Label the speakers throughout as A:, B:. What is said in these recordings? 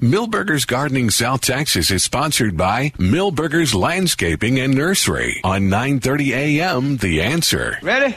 A: Millburgers Gardening South Texas is sponsored by Millburgers Landscaping and Nursery on 9:30 a.m. The Answer.
B: Ready?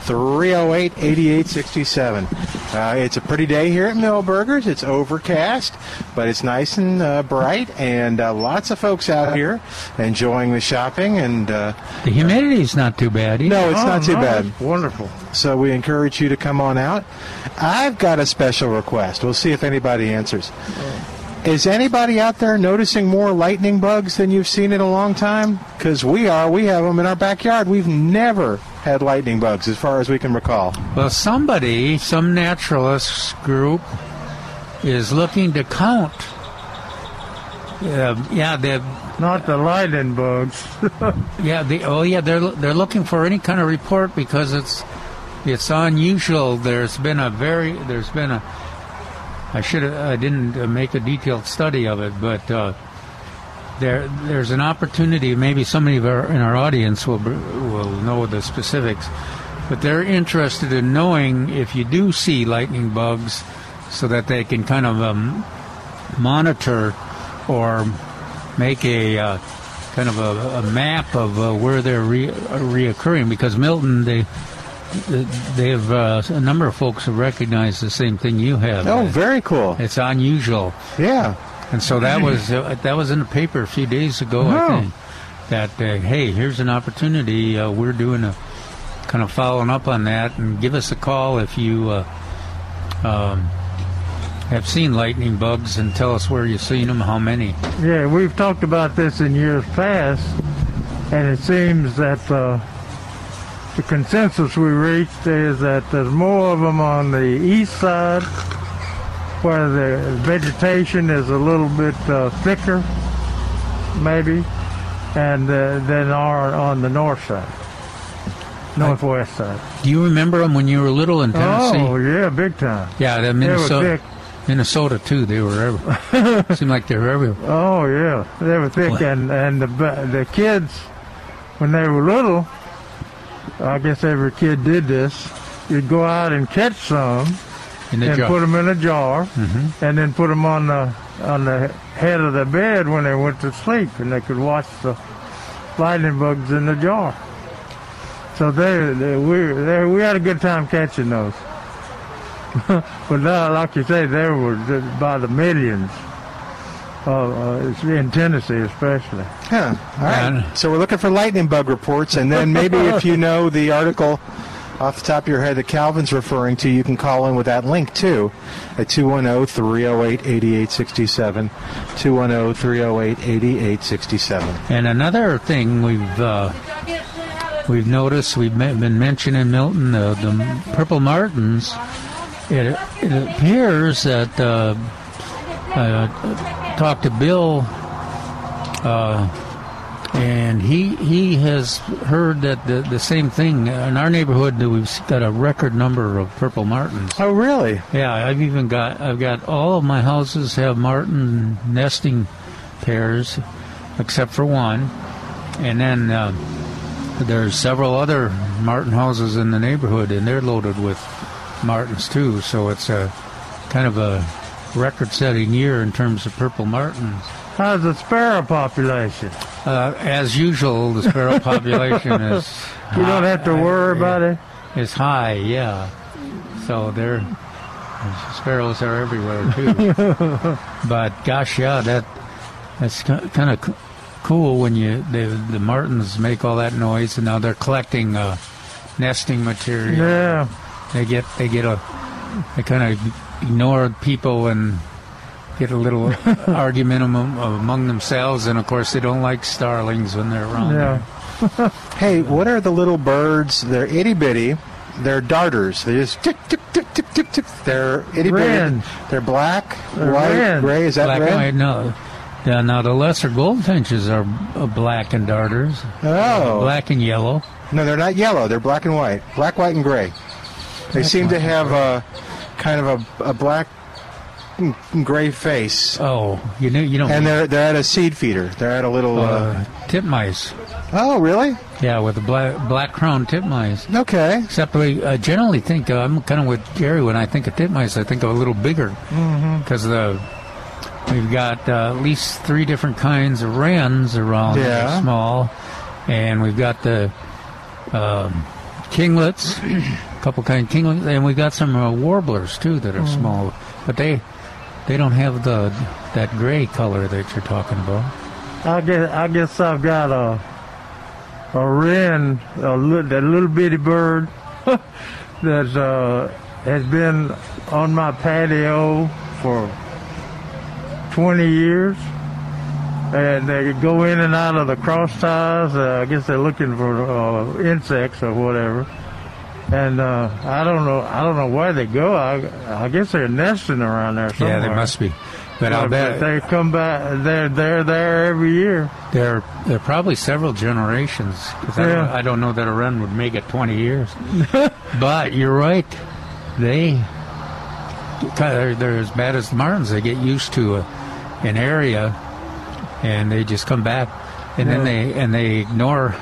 C: 210-308-8867. Uh, it's a pretty day here at Millburgers. It's overcast, but it's nice and uh, bright, and uh, lots of folks out here enjoying the shopping and. Uh,
D: The humidity's not too bad. Either.
C: no, it's
B: Oh,
C: not too
B: no,
C: bad. Wonderful. So we encourage you to come on out. I've got a special request. We'll see if anybody answers. Is anybody out there noticing more lightning bugs than you've seen in a long time? Because we are. We have them in our backyard. We've never had lightning bugs, as far as we can recall.
D: Well, somebody, some naturalists group, is looking to count. Uh, yeah, the
E: Not the lightning bugs.
D: yeah the oh yeah they're they're looking for any kind of report because it's it's unusual. There's been a very there's been a I should have I didn't uh, make a detailed study of it, but. Uh, there, there's an opportunity. Maybe somebody of our, in our audience will br- will know the specifics, but they're interested in knowing if you do see lightning bugs, so that they can kind of um, monitor or make a uh, kind of a, a map of uh, where they're re- uh, reoccurring. Because Milton, they they've uh, a number of folks have recognized the same thing you have.
C: Oh, very cool.
D: it's unusual.
C: Yeah.
D: And so that was uh, that was in the paper a few days ago, I think. That uh, hey, here's an opportunity. Uh, we're doing a kind of following up on that, and give us a call if you uh, um, have seen lightning bugs, and tell us where you've seen them, how many.
E: Yeah, we've talked about this in years past, and it seems that uh, the consensus we reached is that there's more of them on the east side, where the vegetation is a little bit uh, thicker, maybe, and uh, than are on the north side, northwest side.
D: Do you remember them when you were little in Tennessee?
E: Oh yeah, big time.
D: yeah, the
E: They were
D: Minnesota,
E: thick.
D: Minnesota too. They were everywhere. seemed like they were everywhere.
E: Oh yeah, they were thick, and and the bu- the kids when they were little, I guess every kid did this. You'd go out and catch some
D: In the
E: and
D: jar.
E: put them in a jar,
D: Mm-hmm.
E: and then put them on the on the head of the bed when they went to sleep, and they could watch the lightning bugs in the jar. So they, they we they, we had a good time catching those. but now, like you say, they were just by the millions. Uh, uh, in Tennessee, especially.
C: Huh. All right.
D: And-
C: So we're looking for lightning bug reports, and then maybe if you know the article off the top of your head that Calvin's referring to, you can call in with that link too at oh, 210 308 8867. 210 308 8867.
D: And another thing we've uh, we've noticed we've me- been mentioning Milton uh, the purple martins. It, it appears that uh, uh, talked to Bill, uh, and he he has heard that the, the same thing in our neighborhood that we've got a record number of purple martins.
C: Oh, really?
D: Yeah, I've even got I've got all of my houses have martin nesting pairs, except for one, and then uh, there's several other martin houses in the neighborhood, and they're loaded with martins too. So it's a kind of a record-setting year in terms of purple martins.
E: How's the sparrow population?
D: Uh, as usual, the sparrow population is
E: You don't have to worry about it.
D: is high. Yeah, so they're sparrows are everywhere too. but gosh, yeah, that that's kind of cool when you the the martins make all that noise, and now they're collecting uh, nesting material.
E: Yeah.
D: They get they get a they kind of ignore people and get a little argument among, among themselves, and of course they don't like starlings when they're around.
E: Yeah.
C: Hey, what are the little birds? They're itty bitty. They're darters. They just tick tick tick tick tick tick. They're itty bitty.
E: Wren.
C: They're black,
E: They're
C: white,
E: wren.
C: gray. Is that
D: Black
C: red?
D: and white, no. Yeah, now the lesser goldfinches are uh, black and darters,
C: Oh
D: black and yellow.
C: no, they're not yellow. They're black and white. Black, white, and gray. They seem to have a kind of a, a black and gray face.
D: Oh, you know you don't.
C: And they're they're at a seed feeder. They're at a little. Uh,
D: uh, titmice.
C: oh, really?
D: Yeah, with the black black crown titmice.
C: Okay.
D: Except we I generally think uh, I'm kind of with Jerry when I think of titmice. I think of a little bigger because the we've got uh, at least three different kinds of wrens around. that are
C: Yeah.
D: small, and we've got the um, kinglets, a couple kind of kinglets, and we've got some uh, warblers too that are small, but they they don't have the that gray color that you're talking about.
E: I guess I guess I've got a a wren, a little, that little bitty bird that uh, has been on my patio for 20 years, and they go in and out of the cross ties. Uh, I guess they're looking for uh, insects or whatever. And uh, I don't know. I don't know where they go. I, I guess they're nesting around there somewhere.
D: Yeah, there must be, but I'll
E: But
D: bet
E: they come back. They're they're there every year.
D: They're, they're probably several generations. 'cause I, don't-
E: Yeah.
D: I don't know that a wren would make it 20 years. but you're right. They, they're, they're as bad as the martins. They get used to a, an area and they just come back. And then they and they ignore,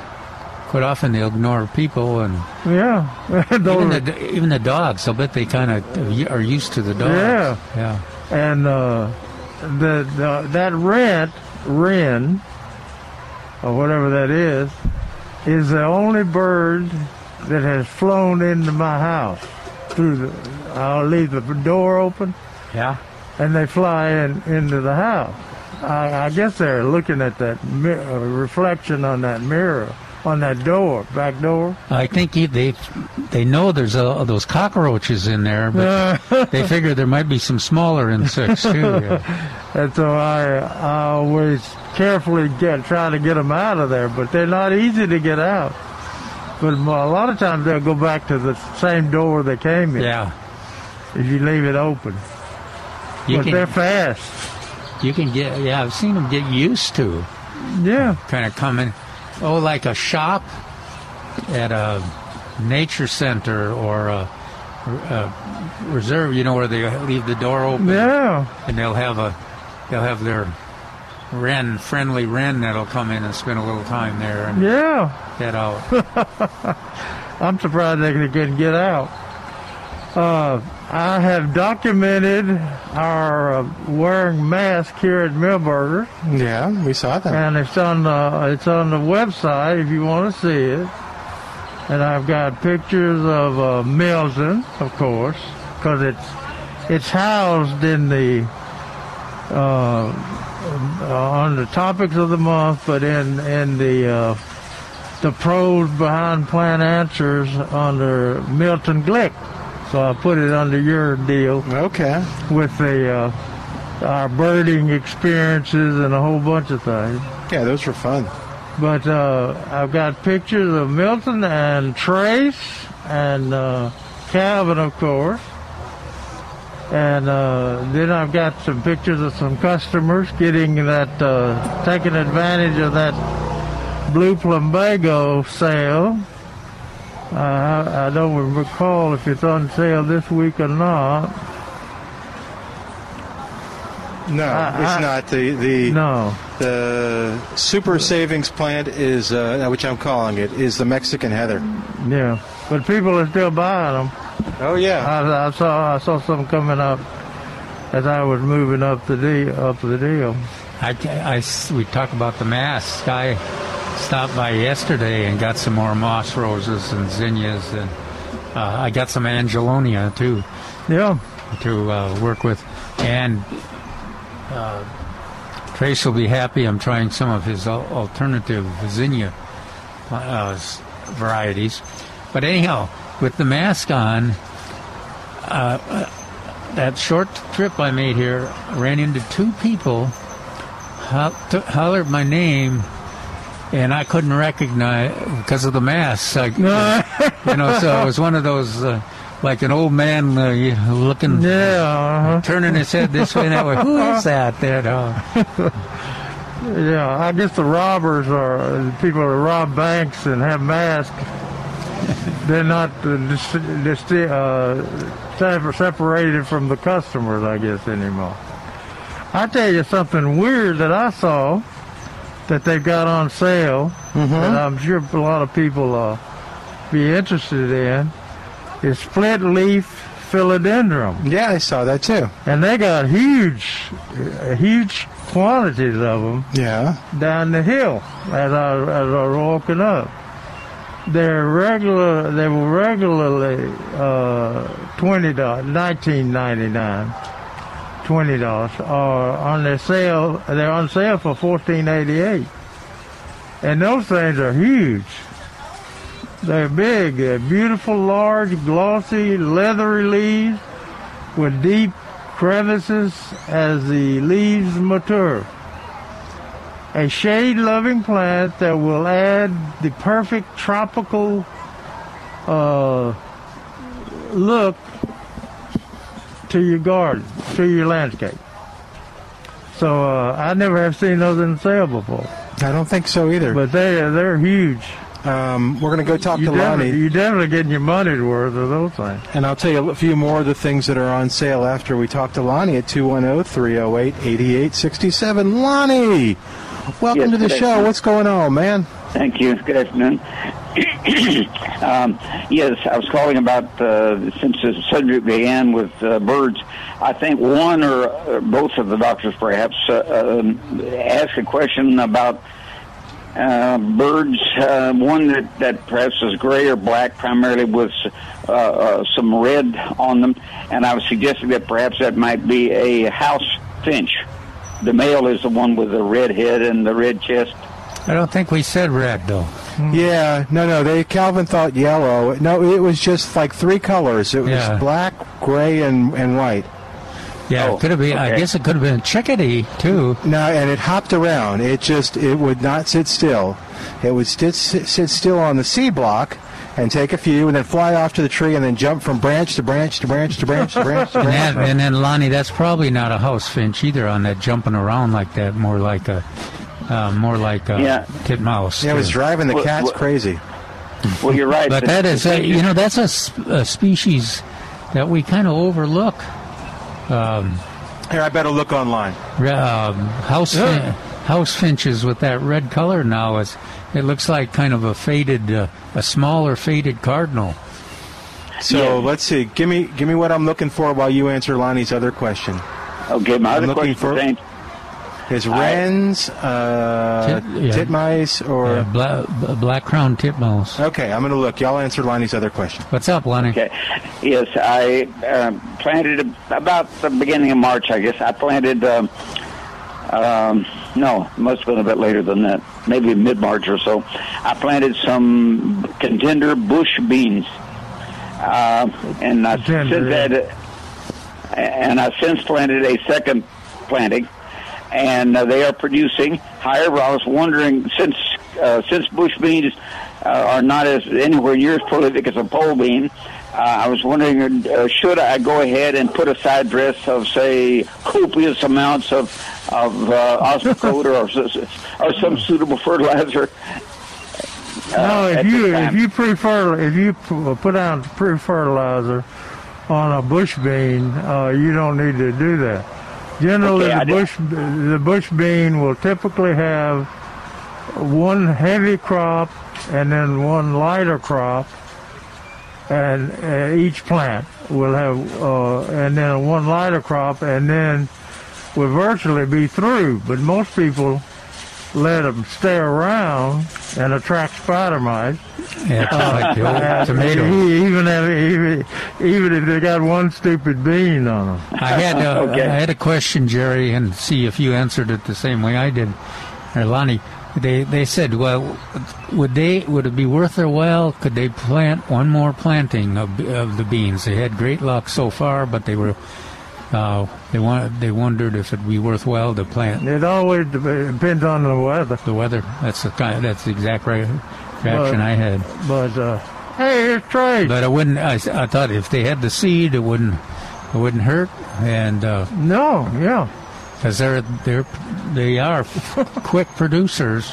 D: quite often they ignore people and
E: Yeah.
D: even
E: Those-
D: the, d- even the dogs. I'll bet they kind of are used to the dogs.
E: Yeah.
D: Yeah.
E: and uh, the, the that rent wren or whatever that is is the only bird that has flown into my house through the. I'll leave the door open
D: Yeah.
E: and they fly in into the house. I, I guess they're looking at that mir- uh, reflection on that mirror on that door back door.
D: I think he, they they know there's uh those cockroaches in there, but they figure there might be some smaller insects too. yeah.
E: And so I, I always carefully get try to get them out of there, but they're not easy to get out. But a lot of times they'll go back to the same door they came in
D: Yeah,
E: if you leave it open.
D: you
E: but they're
D: can
E: fast.
D: you can get yeah. I've seen them get used to
E: Yeah.
D: kind of coming, oh, like a shop at a nature center or a, a reserve, you know, where they leave the door open
E: Yeah.
D: and they'll have a they'll have their wren friendly wren that'll come in and spend a little time there and
E: Yeah.
D: get out.
E: I'm surprised they couldn't get out. Uh, I have documented our uh, wearing masks here at Millburger.
C: Yeah, we saw that.
E: and it's on the it's on the website if you want to see it. And I've got pictures of uh, Milton, of course, because it's it's housed in the uh, uh, on the topics of the month, but in in the uh, the pros behind plan answers under Milton Glick. So I put it under your deal
C: Okay.
E: with the uh, our birding experiences and a whole bunch of things.
C: Yeah, those were fun.
E: But uh, I've got pictures of Milton and Trace and uh, Calvin, of course. And uh, then I've got some pictures of some customers getting that, uh, taking advantage of that blue plumbago sale. Uh, I, I don't recall if it's on sale this week or not.
C: No,
E: I-
C: it's
E: I-
C: not the the
E: No.
C: the super savings plant is uh, which I'm calling it is the Mexican heather.
E: Yeah. But people are still buying them.
C: Oh yeah.
E: I, I saw I saw something coming up as I was moving up the deal up the deal.
D: I, I- we talk about the masks. I stopped by yesterday and got some more moss roses and zinnias, and uh, I got some angelonia too
E: Yeah,
D: to uh, work with. And uh, Trace will be happy. I'm trying some of his al- alternative zinnia uh, s- varieties. But anyhow, with the mask on, uh, that short trip I made here, I ran into two people, ho- t- hollered my name, and I couldn't recognize because of the mask. I, you know, so it was one of those. Uh, like an old man uh, you know, looking,
E: Yeah,
D: turning his head this way and that way. Who is that? uh, There, no.
E: uh-huh. yeah. I guess the robbers are the people that rob banks and have masks. They're not uh, dis- dis- uh, separ- separated from the customers, I guess, anymore. I tell you something weird that I saw that they've got on sale,
C: Mm-hmm.
E: and I'm sure a lot of people uh, be interested in, is split leaf philodendron.
C: Yeah, I saw that too.
E: And they got huge, uh, huge quantities of them
C: Yeah.
E: down the hill uh, as I, as I was walking up. They're regular. They were regularly uh, twenty dollars, nineteen ninety nine, twenty dollars, or on their sale. They're on sale for fourteen eighty eight, and those things are huge. They're big. They're beautiful, large, glossy, leathery leaves with deep crevices as the leaves mature a shade loving plant that will add the perfect tropical uh, look to your garden, to your landscape. So uh, I never have seen those in sale before,
C: I don't think so either.
E: but they they're huge.
C: Um, we're going to go talk
E: You
C: to
E: definitely,
C: Lonnie,
E: you definitely getting your money's worth of those things.
C: and I'll tell you a few more of the things that are on sale after we talk to Lonnie at 210 308 8867. Lonnie, welcome
B: Yes,
C: to the
B: good
C: show.
B: afternoon.
C: What's going on, man?
B: Thank you. Good afternoon. um, yes, I was calling about uh, since the subject began with uh, birds. I think one or uh, both of the doctors perhaps uh, um, asked a question about uh, birds. Uh, one that, that perhaps is gray or black, primarily with uh, uh, some red on them, and I was suggesting that perhaps that might be a house finch. The male is the one with the red head and the red chest.
D: I don't think we said red though.
C: Yeah, no, no. They Calvin thought yellow. No, it was just like three colors. It was
D: Yeah.
C: black, gray, and and white.
D: Yeah,
B: Oh,
D: it could have been. I
B: okay.
D: guess it could have been chickadee too.
C: No, and it hopped around. It just it would not sit still. It would sit sit still on the C block and take a few, and then fly off to the tree, and then jump from branch to branch to branch to branch to branch to
D: And,
C: branch.
D: that, and then Lonnie, that's probably not a house finch either. On that jumping around like that, more like a, uh, more like a
B: Yeah.
D: titmouse.
C: Yeah, it was
D: too.
C: driving the
B: What-
C: cats
B: what-
C: crazy.
B: Well, you're right.
D: But that is, a, you know, that's a, sp- a species that we kind of overlook. um,
C: Here, I better look online.
D: Re- Um, house fin- house finches with that red color now is it looks like kind of a faded, uh, a smaller faded cardinal.
C: So
B: Yeah.
C: let's see. Give me give me what I'm looking for while you answer Lonnie's other question.
B: okay. My
C: I'm
B: other
C: looking
B: question
C: for-
B: pertains-
C: Is wrens, uh,
D: Tit- yeah.
C: titmice, or
D: Yeah, bla- b- black crowned titmouse.
C: Okay, I'm going to look. Y'all answer Lonnie's other question.
D: What's up, Lonnie?
B: Okay. Yes, I um planted a- about the beginning of March, I guess. I planted. Um, um, no, must have been a bit later than that. Maybe mid March or so. I planted some contender bush beans, uh, and I
E: Contender,
B: since
E: yeah.
B: had, and I since planted a second planting, and uh, they are producing. However, I was wondering since uh, since bush beans uh, are not as anywhere near as prolific as a pole bean, uh, I was wondering uh, should I go ahead and put a side dress of say copious amounts of of uh, osmocote or or some suitable fertilizer.
E: No,
B: Uh,
E: if
B: at the
E: you if
B: time.
E: you pre-fertilize, if you p- uh, put out pre-fertilizer on a bush bean, uh, you don't need to do that. Generally,
B: Okay, I
E: the
B: did-
E: bush the bush bean will typically have one heavy crop and then one lighter crop, and uh, each plant will have uh, and then one lighter crop, and then will virtually be through. But most people let them stay around and attract spider mites.
D: Yeah, it's like the
E: Uh,
D: old tomato.
E: e- Even if, even, even if they got one stupid bean on them.
D: I had a,
B: Okay.
D: I had a question, Jerry, and see if you answered it the same way I did, or Lonnie. They they said, well, would they would it be worth their while? Could they plant one more planting of, of the beans? They had great luck so far, but they were Uh, they want they wondered if it'd be worthwhile to plant
E: It always dep- depends on the weather.
D: the weather. That's the kind. That's the exact re- reaction I had.
E: But uh, hey, here's trade.
D: But I wouldn't. I, s- I thought if they had the seed, it wouldn't it wouldn't hurt. And because
E: no, yeah.
D: they're they're they are quick producers.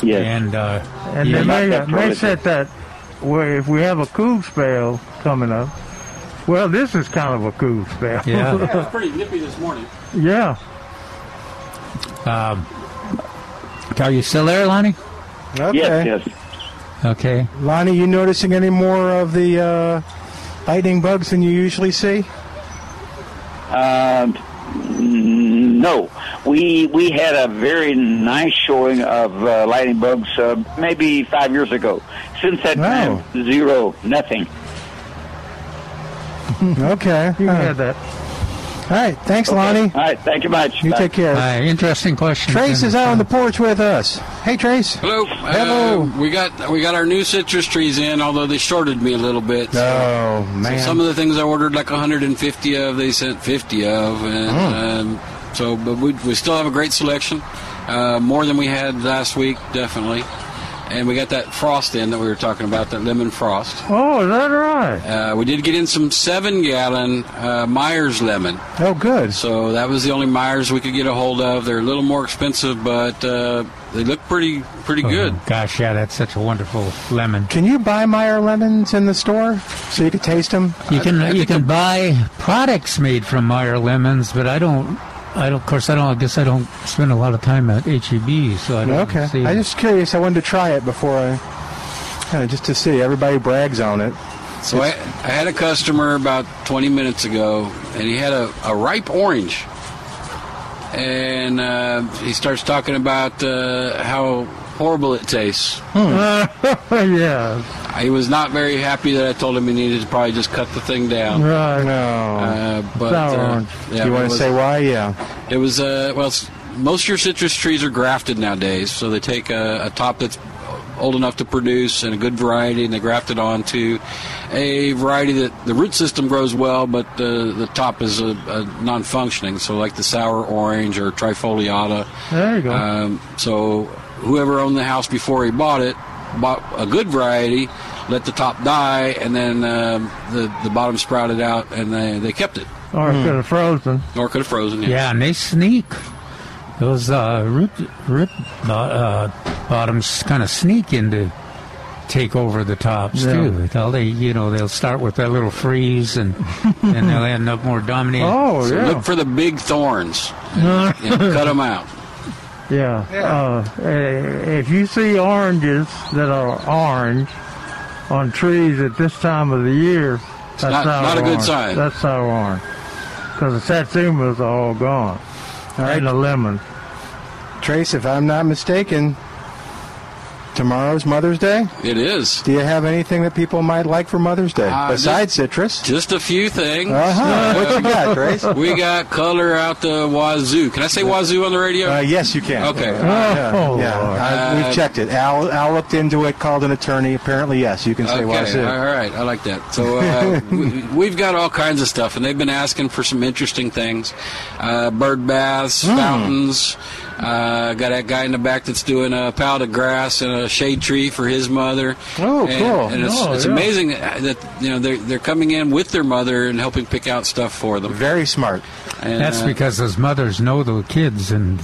B: Yes.
D: And uh,
E: And they
D: Yeah,
B: not
E: may,
B: that
E: may
B: prolific.
E: set that where if we have a cool spell coming up. Well, this is kind of a cool spell.
D: yeah.
F: It was pretty nippy this morning.
E: yeah.
F: Uh,
D: Are you still there, Lonnie?
C: Okay.
B: Yes, yes.
D: Okay.
C: Lonnie, you noticing any more of the uh, lightning bugs than you usually see?
B: Um, mm, no, we we had a very nice showing of uh, lightning bugs uh, maybe five years ago. Since that
C: Wow.
B: time, zero, nothing.
C: Okay.
E: You
C: Huh.
E: can have that.
C: All right. Thanks, Lonnie.
B: All right, thank you much.
C: You
B: Bye.
C: take care.
D: Uh, interesting question.
C: Trace is out on the porch with us. Hey, Trace.
F: Hello.
C: Hello.
F: Uh, we got we got our new citrus trees in, although they shorted me a little bit. So
C: Oh man.
F: Some of the things I ordered like 150 of, they sent 50 of, and
C: Hmm.
F: um, so but we, we still have a great selection, uh, more than we had last week, definitely. And we got that frost in that we were talking about, that lemon frost.
E: Oh, is that right?
F: Uh, we did get in some seven-gallon uh, Myers lemon.
C: oh, good.
F: So that was the only Myers we could get a hold of. They're a little more expensive, but uh, they look pretty pretty
C: Uh-huh.
F: good.
D: Gosh, yeah, that's such a wonderful lemon.
C: Can you buy Meyer lemons in the store so you can taste them?
D: You can you can buy products made from Meyer lemons, but I don't. I don't, of course, I don't. I guess I don't spend a lot of time at HEB, so I don't
C: Okay.
D: see.
C: I'm just curious. I wanted to try it before I, uh, just to see. Everybody brags on it.
F: So I, I had a customer about 20 minutes ago, and he had a, a ripe orange. And uh, he starts talking about uh, how horrible it tastes.
C: Hmm.
E: yeah.
F: He was not very happy that I told him he needed to probably just cut the thing down.
E: Right.
C: No.
F: Uh, but
E: Sour
F: uh,
E: orange.
F: yeah,
C: you want
F: it
C: to
F: was-
C: say why? Yeah.
F: It was uh, well, s- most of your citrus trees are grafted nowadays, so they take a, a top that's old enough to produce and a good variety, and they graft it onto a variety that the root system grows well, but the the top is a, a non-functioning. So like the sour orange or trifoliata.
E: There you go.
F: Um, so whoever owned the house before he bought it bought a good variety, let the top die, and then um, the the bottom sprouted out, and they they kept it.
E: or
B: Hmm.
E: it could have frozen.
F: Or could have frozen. it.
D: yeah, and they sneak. Those uh, root root bo- uh, bottoms kind of sneak into take over the tops
E: Yeah.
D: too. They'll, they you know they'll start with that little freeze, and and they'll end up more dominated.
E: Oh,
F: So
E: yeah.
F: look for the big thorns. And, and cut them out.
E: Yeah. Uh, eh, if you see oranges that are orange on trees at this time of the year, that's
F: not-
E: sour
F: not a good
E: orange.
F: sign.
E: That's sour orange. Because the satsumas are all gone. And the lemon.
C: Trace, if I'm not mistaken, tomorrow's Mother's Day.
F: It is.
C: Do you have anything that people might like for Mother's Day
F: Uh,
C: besides citrus?
F: Just a few things.
C: Uh
E: Uh-huh.
C: huh. What you got, Trace? Uh,
F: We got color out the wazoo. Can I say wazoo on the radio?
C: Uh, yes, you can.
F: Okay.
C: Uh, Yeah,
E: Oh,
C: yeah.
E: Lord.
C: I-
F: Uh,
C: we've checked it. Al, Al looked into it, called an attorney. Apparently, yes, you can say
F: Okay,
C: wazoo.
F: all right, I like that. So uh, we, we've got all kinds of stuff, and they've been asking for some interesting things: uh, bird baths,
C: Hmm.
F: fountains. Uh, got that guy in the back that's doing a pile of grass and a shade tree for his mother.
C: Oh,
F: And-
C: cool.
F: And it's,
E: Oh,
F: it's
E: yeah.
F: amazing that that, you know they're they're coming in with their mother and helping pick out stuff for them.
C: Very smart.
F: And,
D: That's
F: uh,
D: because those mothers know the kids, and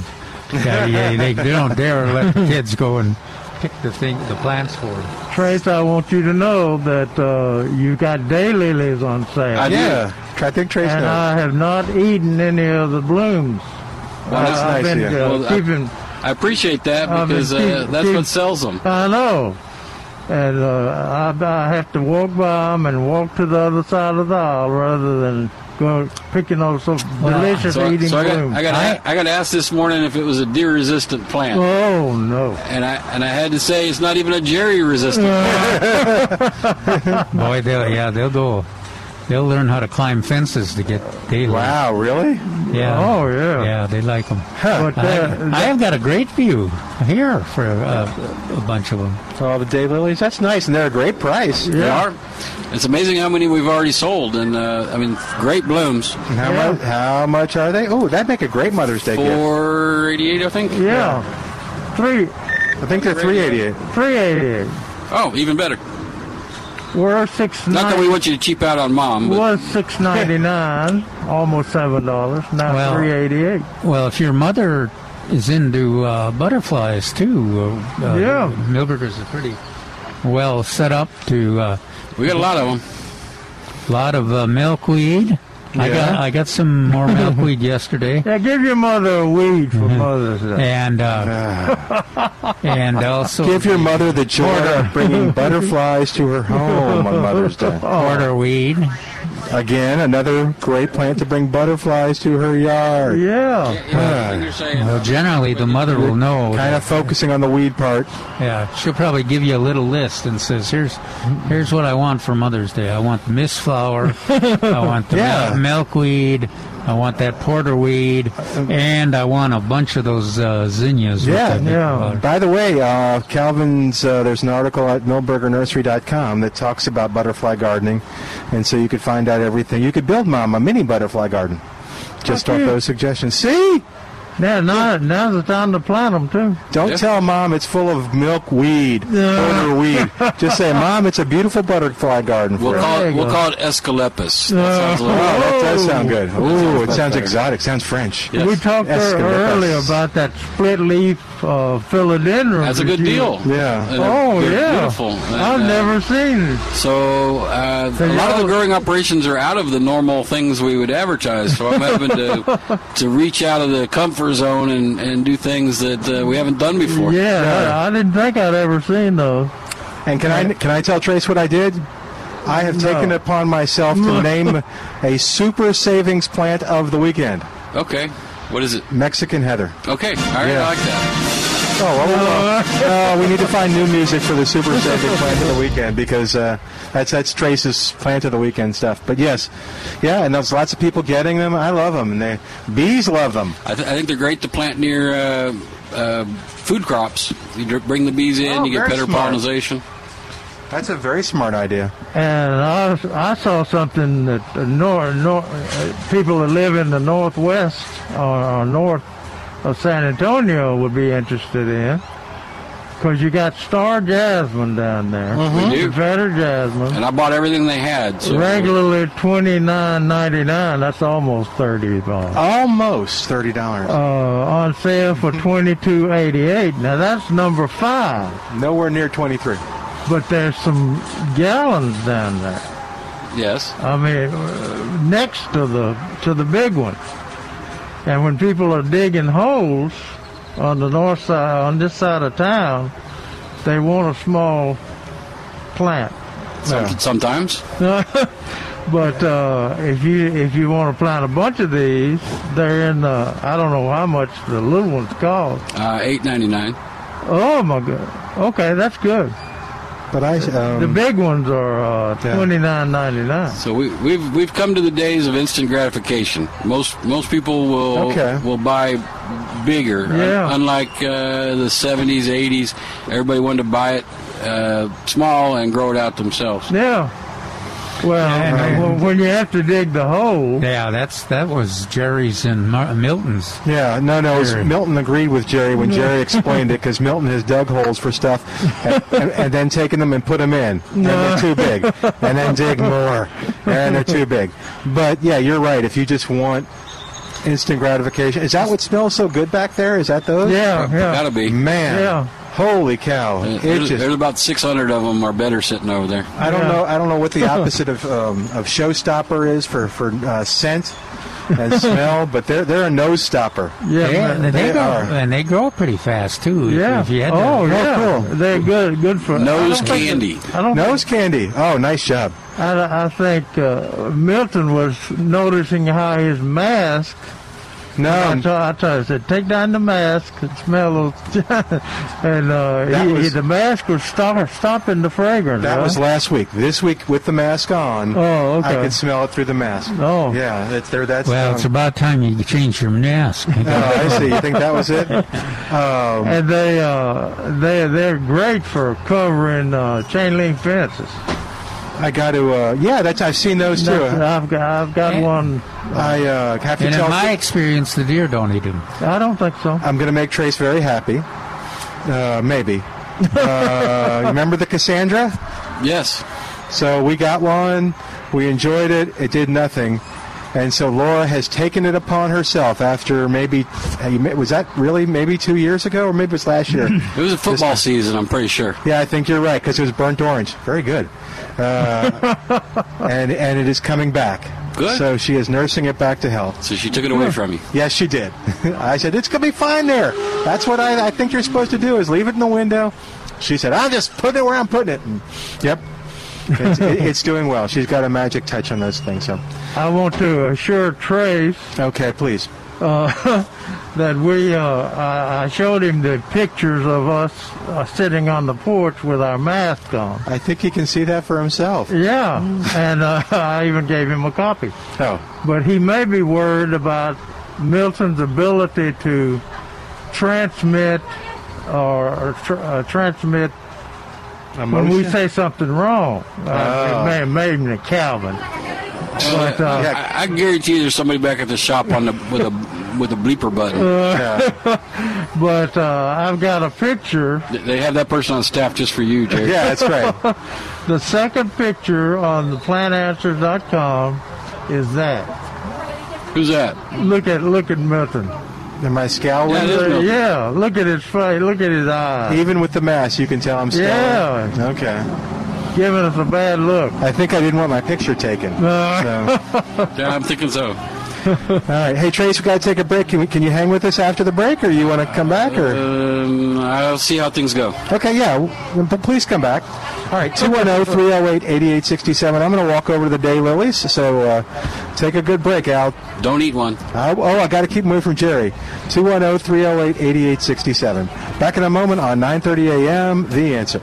D: yeah, yeah, they, they don't dare let the kids go and pick the thing, the plants for them.
E: Trace, I want you to know that uh, you got daylilies on sale.
F: I do.
C: yeah. I think Trace
E: and
C: knows.
E: I have not eaten any of the blooms.
C: Well, that's
E: I've
C: nice of
E: been
C: you.
E: uh,
F: Well, I-
E: keeping.
F: I appreciate that
E: I mean,
F: because uh,
E: keep-
F: that's
E: keep-
F: what sells them.
E: I know. And uh, I, I have to walk by them and walk to the other side of the aisle rather than go picking those so delicious
F: So, I-
E: eating
F: so I, got,
E: blooms.
F: I, got, I, got asked this morning if it was a deer-resistant plant,
E: oh no!
F: and I and I had to say it's not even a jerry-resistant.
D: Boy, they'll yeah, they'll go. they'll learn how to climb fences to get daylight.
C: Wow, really?
D: Yeah.
E: Oh, yeah.
D: Yeah, they like them.
E: But
D: I,
E: that-
C: uh,
D: like- I have got a great view here for uh, a bunch of them.
C: Oh, the daylilies. That's nice, and they're a great price.
F: They are. It's amazing how many we've already sold, and uh, I mean, great blooms.
C: And How,
E: Yeah.
C: mu- how much are they? Oh, that'd make a great Mother's Day gift.
F: Four eighty-eight, I think.
E: yeah. Three,
C: I think they're three eighty-eight.
E: three eighty.
F: Oh, even better.
E: We're six
F: Not that we want you to cheap out on mom, but
E: was six ninety nine, almost seven dollars. Now
D: Well.
E: three eighty eight.
D: Well, if your mother is into uh, butterflies too, uh, uh,
E: Yeah.
D: Milburgers are pretty well set up to a uh,
F: we got a lot of them.
D: lot of uh, milkweed. I got
C: Yeah.
D: I got some more milkweed yesterday, Mm-hmm.
E: Yeah, give your mother a weed for Mother's Day.
D: and uh, and also
C: Give your mother the joy of bringing butterflies to her home on Mother's Day.
D: border weed.
C: Again, another great plant to bring butterflies to her yard.
E: Yeah.
D: Well, generally the mother will know.
C: Kind of focusing on the weed part.
D: Yeah, she'll probably give you a little list and says, "Here's, here's what I want for Mother's Day. I want the mist flower, I want the mil-
C: Yeah.
D: milkweed, I want that porterweed, and I want a bunch of those uh, zinnias." with
C: Yeah,
D: that big
E: yeah.
D: flower."
C: By the way, uh, Calvin's uh, there's an article at millburgernursery.com that talks about butterfly gardening, and so you could find out everything. You could build mom a mini butterfly garden, just off
E: Okay.
C: those suggestions. See,
E: Now, now, now's the time to plant them too.
C: don't
F: Yeah.
C: tell mom it's full of milkweed
E: Yeah.
C: or weed. Just say, mom, it's a beautiful butterfly garden for
F: We'll
C: us.
F: call
E: There
F: it,
E: you
F: we'll
E: go.
F: call it Escalepus. That sounds a
C: Oh,
F: little-
C: that does sound good. Ooh, it sounds
F: better.
C: exotic. Sounds French.
F: Yes.
E: We talked
C: Yes,
E: er-
C: good
E: earlier
C: advice.
E: about that split leaf uh, philodendron.
F: That's a
E: that
F: good
E: you-
F: deal.
C: Yeah.
F: And they're-
E: Oh
F: they're
E: yeah,
F: Beautiful. And,
E: I've
F: uh,
E: never seen it.
F: So uh, a
E: So
F: lot of the
E: y'all-
F: growing operations are out of the normal things we would advertise. So I'm having to to reach out of the comfort zone and, and do things that uh, we haven't done before.
E: Yeah, I, I didn't think I'd ever seen those.
C: And can I can I tell Trace what I did? I have
E: No.
C: taken it upon myself to name a super savings plant of the weekend.
F: Okay. What is it?
C: Mexican heather.
F: Okay. All right.
C: Yeah.
F: I like that.
C: Oh, well, well, uh, we need to find new music for the super saving plant of the weekend because uh, that's that's Trace's plant of the weekend stuff. But yes, yeah, and there's lots of people getting them. I love them, and they, bees love them.
F: I, th- I think they're great to plant near uh, uh, food crops. You dr- bring the bees in,
C: Oh,
F: you get
C: very
F: better
C: smart.
F: pollination.
C: That's a very smart idea.
E: And I, I saw something that the nor, nor, uh, people that live in the northwest or, or north of San Antonio would be interested in. Because you got star jasmine down there.
F: Mm-hmm. We do.
E: Mm-hmm. Better jasmine.
F: And I bought everything they had. So
E: Regularly twenty nine ninety nine. That's almost thirty dollars.
C: Almost thirty dollars.
E: Uh, on sale for twenty two eighty eight. Now that's number five.
C: Nowhere near twenty-three.
E: But there's some gallons down there.
F: Yes.
E: I mean, uh, next to the to the big one. And when people are digging holes on the north side, on this side of town, they want a small plant.
F: Some-
C: Yeah.
F: Sometimes.
E: but uh, if you if you want to plant a bunch of these, they're in the I don't know how much the little ones cost.
F: Uh, Eight ninety nine.
E: Oh my god! Okay, that's good.
C: But I um,
E: The big ones are uh,
C: Yeah.
E: twenty nine ninety nine.
F: So we, we've we've come to the days of instant gratification. Most most people will
C: Okay.
F: will buy bigger.
E: Yeah.
F: Un- Unlike uh, the 70s, 80s, everybody wanted to buy it uh, small and grow it out themselves.
E: Yeah. Well,
D: Yeah, I know.
E: uh, when you have to dig the hole.
D: Yeah, that's that was Jerry's and Mar- Milton's.
C: Yeah, no, no. it was-
D: Jerry.
C: Milton agreed with Jerry when
E: Mm.
C: Jerry explained it because Milton has dug holes for stuff and, and, and then taken them and put them in. And they're too big. And then dig more. And they're too big. But yeah, you're right. If you just want instant gratification, is that what smells so good back there? Is that those?
E: Yeah, yeah.
F: Gotta be. Uh,
C: Man.
E: Yeah.
C: Holy cow. It
F: There's, there's
C: just.
F: about 600 of them are better sitting over there.
C: I don't
E: Yeah.
C: know. I don't know what the opposite of um, of showstopper is for for uh, scent and smell, but they're they're a nose stopper.
E: Yeah,
D: They-
E: man.
D: they,
C: they
D: grow,
C: are.
D: and they grow pretty fast too. If-
E: yeah.
D: If you had to-
E: oh, yeah.
C: cool.
E: They're good, good for
F: Nose
E: I don't think-
F: candy.
E: I don't.
C: Nose candy. Oh, nice job.
E: I, I think uh, Milton was noticing how his mask I
C: No,
E: told, I told him, I said, take down the mask and smell those. and uh,
C: That
E: he,
C: was-
E: he- the mask was stop, stopping the fragrance.
C: that
E: huh?
C: was last week. This week, with the mask on,
E: Oh, okay.
C: I could smell it through the mask.
E: Oh.
C: yeah, it's there. That's
D: Well, it's about time you changed your mask.
C: Oh, I see. You think that was it? Um,
E: And they, uh, they, they're great for covering uh, chain link fences.
C: I got to. Uh, yeah, that's. I've seen those too.
E: That's- I've got, I've got
D: And-
E: one.
C: I uh, have to
D: and in
C: tell.
D: my experience, the deer don't eat them.
E: I don't think so.
C: I'm going to make Trace very happy. Uh, maybe. Uh, remember the Cassandra?
F: Yes.
C: So we got one. We enjoyed it. It did nothing. And so Laura has taken it upon herself after maybe, was that really maybe two years ago or maybe it was last year?
F: It was a football season, I'm pretty sure.
C: yeah, I think you're right because it was burnt orange. Very good. Uh, and, and it is coming back.
F: Good.
C: So she is nursing it back to health.
F: So she took it away from you.
C: Yes, she did. I said, it's going to be fine there. That's what I, I think you're supposed to do is leave it in the window. She said, I'm just putting it where I'm putting it. And, yep. It's, it, it's doing well. She's got a magic touch on those things. So,
E: I want to assure Trace
C: okay, please.
E: uh, that we, uh, I, I showed him the pictures of us uh, sitting on the porch with our mask on.
C: I think he can see that for himself.
E: Yeah, and uh, I even gave him a copy.
C: Oh,
E: But he may be worried about Milton's ability to transmit or, or tr- uh, transmit when we say something wrong. Uh,
C: Oh.
E: it may have made him to Calvin. But, uh,
C: yeah.
F: I, I guarantee you there's somebody back at the shop on the with a with a bleeper button.
C: Yeah.
E: but uh, I've got a picture
F: They- They have that person on staff just for you, Jerry.
C: yeah, that's right.
E: The second picture on the plantanswers.com is that.
F: Who's that?
E: Look at look at Milton.
C: Am I
F: Yeah,
C: scowling?
F: it is Milton.
E: Yeah, look at his face. Look at his eyes.
C: Even with the mask, you can tell I'm scowling.
E: Yeah,
C: Okay.
E: giving us a bad look.
C: I think I didn't want my picture taken.
E: Uh,
C: So.
F: Yeah, I'm thinking so.
C: All right. Hey, Trace, we got to take a break. Can, we, can you hang with us after the break, or you want to come back? Or
F: Um, I'll see how things go.
C: Okay, yeah, w- but please come back. All right, oh, 210-308-8867. I'm going to walk over to the daylilies, so uh, take a good break, Al.
F: Don't eat one.
C: I, oh, I got to keep moving from Jerry. oh, 210-308-8867. Back in a moment on 9.30 a.m., The Answer.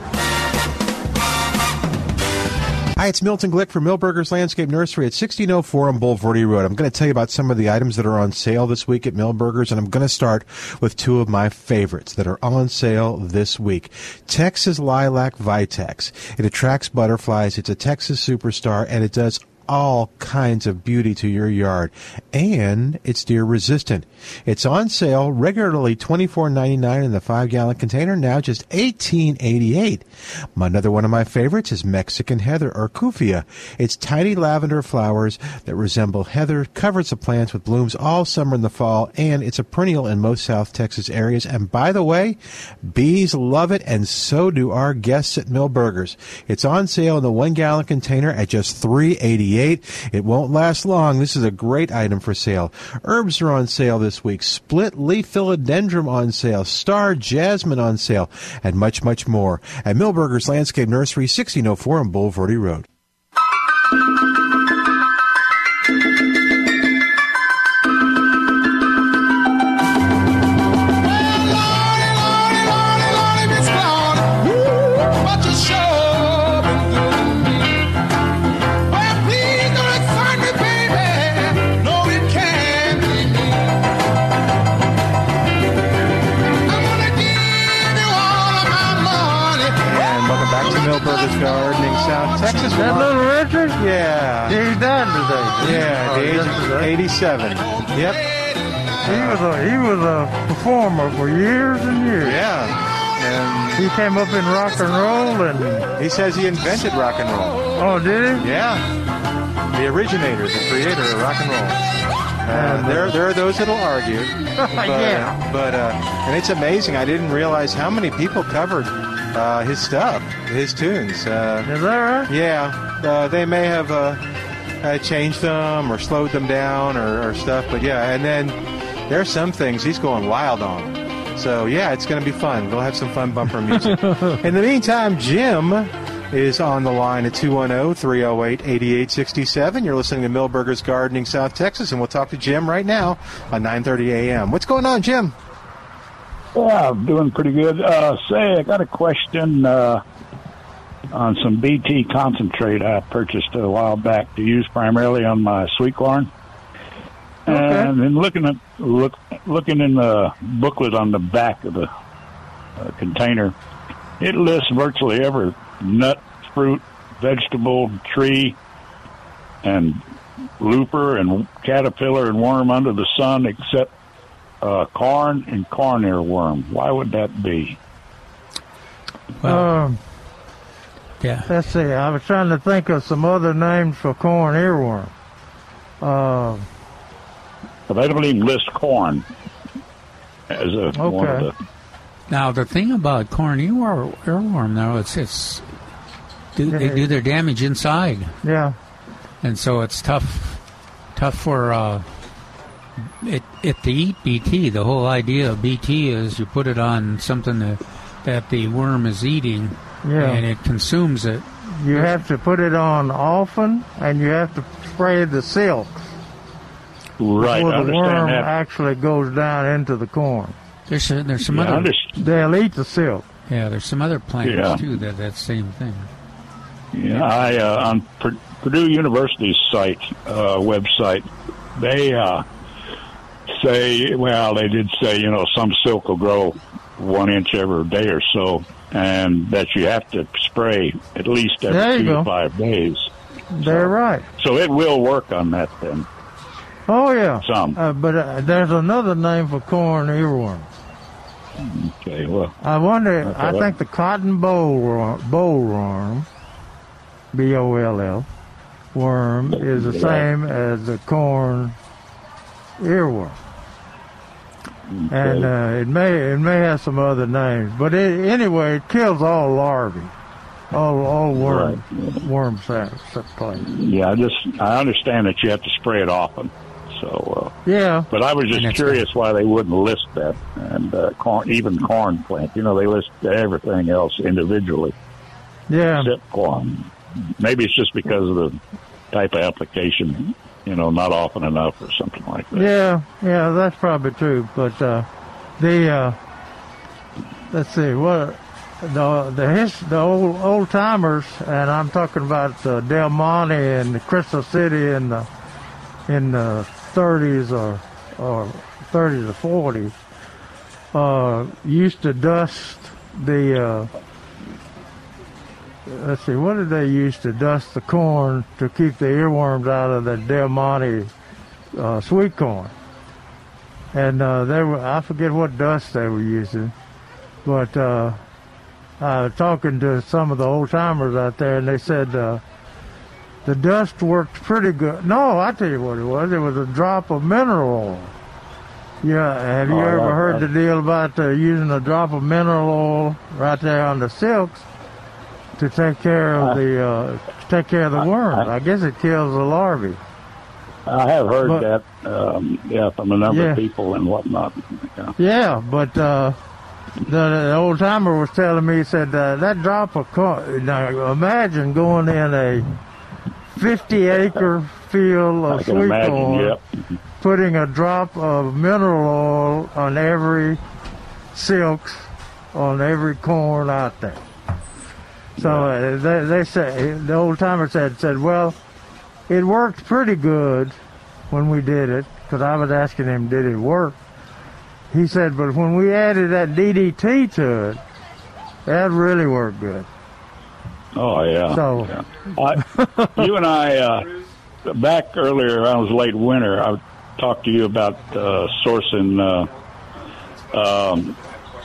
G: Hi, it's Milton Glick from Millburgers Landscape Nursery at 1604 on Boulevardy Road. I'm going to tell you about some of the items that are on sale this week at Millburgers, and I'm going to start with two of my favorites that are on sale this week. Texas Lilac Vitex. It attracts butterflies. It's a Texas superstar, and it does all kinds of beauty to your yard and it's deer resistant. It's on sale regularly $24.99 in the 5 gallon container now just $18.88. My- Another one of my favorites is Mexican heather or cufia. It's tiny lavender flowers that resemble heather, covers the plants with blooms all summer and the fall and it's a perennial in most South Texas areas and by the way, bees love it and so do our guests at Millburgers. It's on sale in the 1 gallon container at just just $3.88. It won't last long. This is a great item for sale. Herbs are on sale this week. Split leaf philodendron on sale. Star jasmine on sale. And much, much more. At Millburgers Landscape Nursery, 1604 on Boulevardy Road. And welcome back to Millburgers Gardening South Texas.
E: that little Richard?
C: Yeah.
E: He died today.
C: Yeah,
E: Oh,
C: the age of
E: yesterday.
C: 87. Yep.
E: He was a he was a performer for years and years.
C: Yeah.
E: He came up in rock and roll and
C: And he says he invented rock and roll.
E: oh did he?
C: Yeah. The originator, the creator of rock and roll. Uh, there, there are those that'll argue, but,
E: Yeah.
C: but uh, and it's amazing. I didn't realize how many people covered uh, his stuff, his tunes. Uh,
E: Is that right?
C: Yeah, uh, they may have uh, uh, changed them or slowed them down or, or stuff, but yeah, and then there's some things he's going wild on. So yeah, it's going to be fun. We'll have some fun bumper music. In the meantime, Jim is on the line at oh, 210 308 8867. You're listening to Millburgers Gardening South Texas, and we'll talk to Jim right now on 9.30 a.m. What's going on, Jim?
H: Yeah, I'm doing pretty good. Uh, say, I got a question uh, on some BT concentrate I purchased a while back to use primarily on my sweet corn. And then looking at look looking in the booklet on the back of the uh, container, it lists virtually every nut, fruit, vegetable, tree, and looper and caterpillar and worm under the sun except uh, corn and corn earworm. Why would that be?
E: Um,
D: Yeah.
E: Let's see. I was trying to think of some other names for corn earworm. Uh,
H: Well, they don't even list corn as a one of the.
D: Now the thing about corn earwor- earworm, though, it's it's do, they do their damage inside,
E: yeah.
D: and so it's tough tough for uh, it it to eat BT. The whole idea of BT is you put it on something that that the worm is eating,
E: Yeah.
D: and it consumes it.
E: You have to put it on often, and you have to spray the silk
H: Right,
E: before
H: I
E: the worm
H: understand that.
E: actually goes down into the corn.
D: There's a, there's some
H: Yeah, I
D: other
H: underst-
E: They'll eat the silk.
D: yeah there's some other plants
H: Yeah.
D: too that that same thing.
H: Yeah, I uh, on P- Purdue University's site uh, website, they uh, say, well, they did say, you know, some silk will grow one inch every day or so, and that you have to spray at least
E: There you
H: every two
E: go.
H: to five days.
E: They're right.
H: So it will work on that then.
E: Oh yeah.
H: Some.
E: Uh, but uh, there's another name for corn earworm.
H: Okay, well,
E: I wonder.
H: Okay,
E: I
H: what-
E: think the cotton boll wor- boll worm, B O L L, worm is the same as the corn earworm, and uh, it may it may have some other names, but it, anyway, it kills all larvae, all all worm worm sacs.
H: yeah, I just I understand that you have to spray it often. So, uh,
E: Yeah,
H: but I was
D: And
H: just
D: it's-
H: curious why they wouldn't list that and uh, corn, even corn plant. You know, they list everything else individually.
E: yeah.
H: except corn. Maybe it's just because of the type of application, you know, not often enough or something like that.
E: Yeah, yeah, that's probably true. But uh, the uh, let's see what the the his, the old old timers, and I'm talking about uh, Del Monte and Crystal City in the in the 30s or or 30s or 40s uh, used to dust the. Uh, Let's see, what did they use to dust the corn to keep the earworms out of the Del Monte uh, sweet corn. And uh, they were, I forget what dust they were using, but uh, I was talking to some of the old timers out there, and they said uh, the dust worked pretty good. No, I tell you what it was. It was a drop of mineral oil. Yeah, have you
H: Oh, I
E: ever
H: like
E: heard
H: that.
E: the deal about uh, using a drop of mineral oil right there on the silks to take care of the uh, to take care of the worms? I, guess it kills the larvae.
H: I have heard
E: But-
H: that, um, yeah, from a number
E: Yeah.
H: of people and whatnot. Yeah.
E: Yeah, but uh, the, the old timer was telling me, he said, uh, that drop of corn. Now, imagine going in a 50 acre field of
H: I can
E: sweet
H: imagine,
E: corn,
H: yep.
E: putting a drop of mineral oil on every silks, on every corn out there. So uh, they, they said, the old timer said, said, well, it worked pretty good when we did it, because I was asking him, did it work? He said, but when we added that DDT to it, that really worked good.
H: Oh, yeah.
E: So-
H: yeah. I, you and I, uh, back earlier, I was late winter, I talked to you about uh, sourcing uh, um,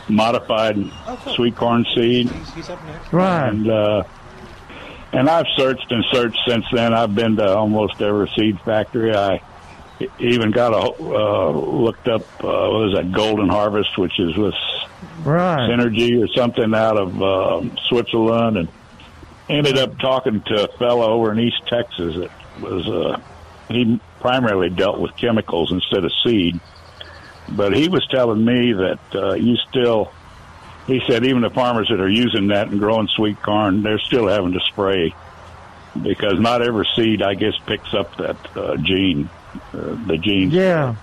H: modified sweet corn seed.
E: Right.
H: and uh, and I've searched and searched since then. I've been to almost every seed factory. I even got a uh, looked up. Uh, what is that? Golden Harvest, which is with
E: Right.
H: Synergy or something out of um Switzerland, and ended up talking to a fellow over in East Texas that was uh, he primarily dealt with chemicals instead of seed, but he was telling me that uh, you still he said even the farmers that are using that and growing sweet corn, they're still having to spray because not every seed, I guess, picks up that uh, gene, uh, the gene.
E: Yeah.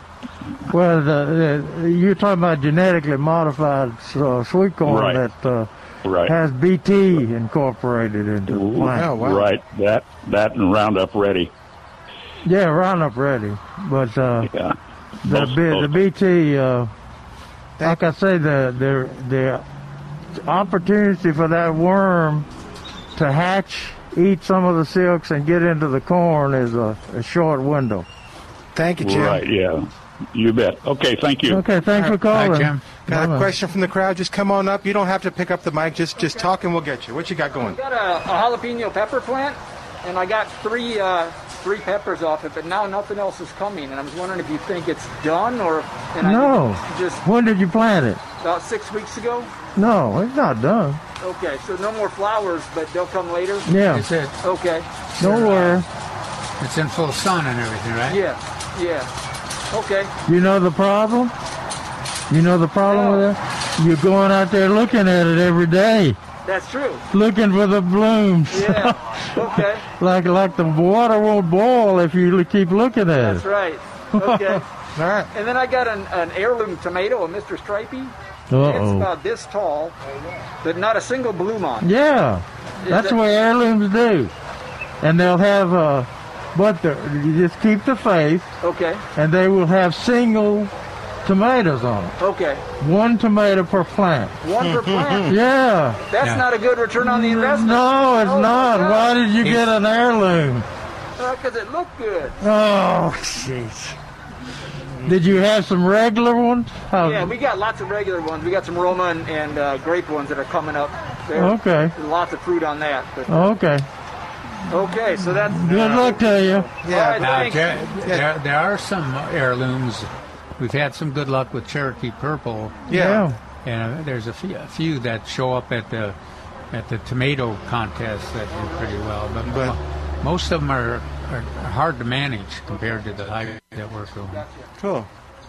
E: Well, the, the, you're talking about genetically modified uh, sweet corn
H: Right.
E: that uh,
H: Right.
E: has BT incorporated into the plant.
C: Oh,
H: Right. That that and Roundup Ready.
E: Yeah, Roundup Ready. But uh,
H: Yeah.
E: the,
H: Both-
E: B,
H: both.
E: the BT, uh, like I say, the, the, the opportunity for that worm to hatch, eat some of the silks, and get into the corn is a, a short window.
C: Thank you, Jim.
H: Right. Yeah. You bet. Okay. Thank you.
E: Okay, thanks for
D: All right,
E: calling.
D: Jim.
C: Got a
E: Bye-bye.
C: question from the crowd? Just come on up. You don't have to pick up the mic. Just just talk and we'll get you. What you got going?
I: got a, a jalapeno pepper plant, and I got three uh, three peppers off it, but now nothing else is coming. And I was wondering if you think it's done or and I
E: No.
I: just
E: When did you plant it?
I: about six weeks ago.
E: No, it's not done.
I: Okay, so no more flowers, but they'll come later.
E: Yeah,
D: It's, it.
I: Okay.
E: don't worry.
D: it's in full sun and everything, right?
I: Yeah. Yeah. Okay.
E: You know the problem? You know the problem with that? You're going out there looking at it every day,
I: That's true.
E: looking for the blooms.
I: Yeah. okay.
E: like like the water won't boil if you keep looking at
I: That's
E: it.
I: right. Okay.
C: All right.
I: And then I got an, an heirloom tomato, a Mr. Stripey. It's
E: Uh oh.
I: about this tall, but not a single bloom on it.
E: Yeah, that's
I: that-
E: what heirlooms do, and they'll have uh, but the, you just keep the faith,
I: Okay.
E: and they will have single tomatoes on it,
I: Okay.
E: one tomato per plant.
I: One per plant.
E: Yeah.
I: That's
D: Yeah.
I: not a good return on the investment.
E: No, it's
I: Oh,
E: not.
I: my
E: Why did you
D: He's-
E: get an heirloom?
I: Because it looked good.
E: Oh, jeez. Did you have some regular ones? How-
I: Yeah, we got lots of regular ones. We got some Roma and, and uh, grape ones that are coming up. There.
E: Okay.
I: Lots of fruit on that. But,
E: Okay.
I: okay, so that's. uh,
E: Good luck to you.
I: All right,
C: Yeah.
D: Now,
I: thanks.
D: Jer- there, there are some heirlooms. We've had some good luck with Cherokee Purple,
C: Yeah.
D: and uh, there's a few, a few that show up at the at the tomato contest that do pretty well. But, mo- most of them are, are hard to manage compared to the type that we're doing.
C: Cool. All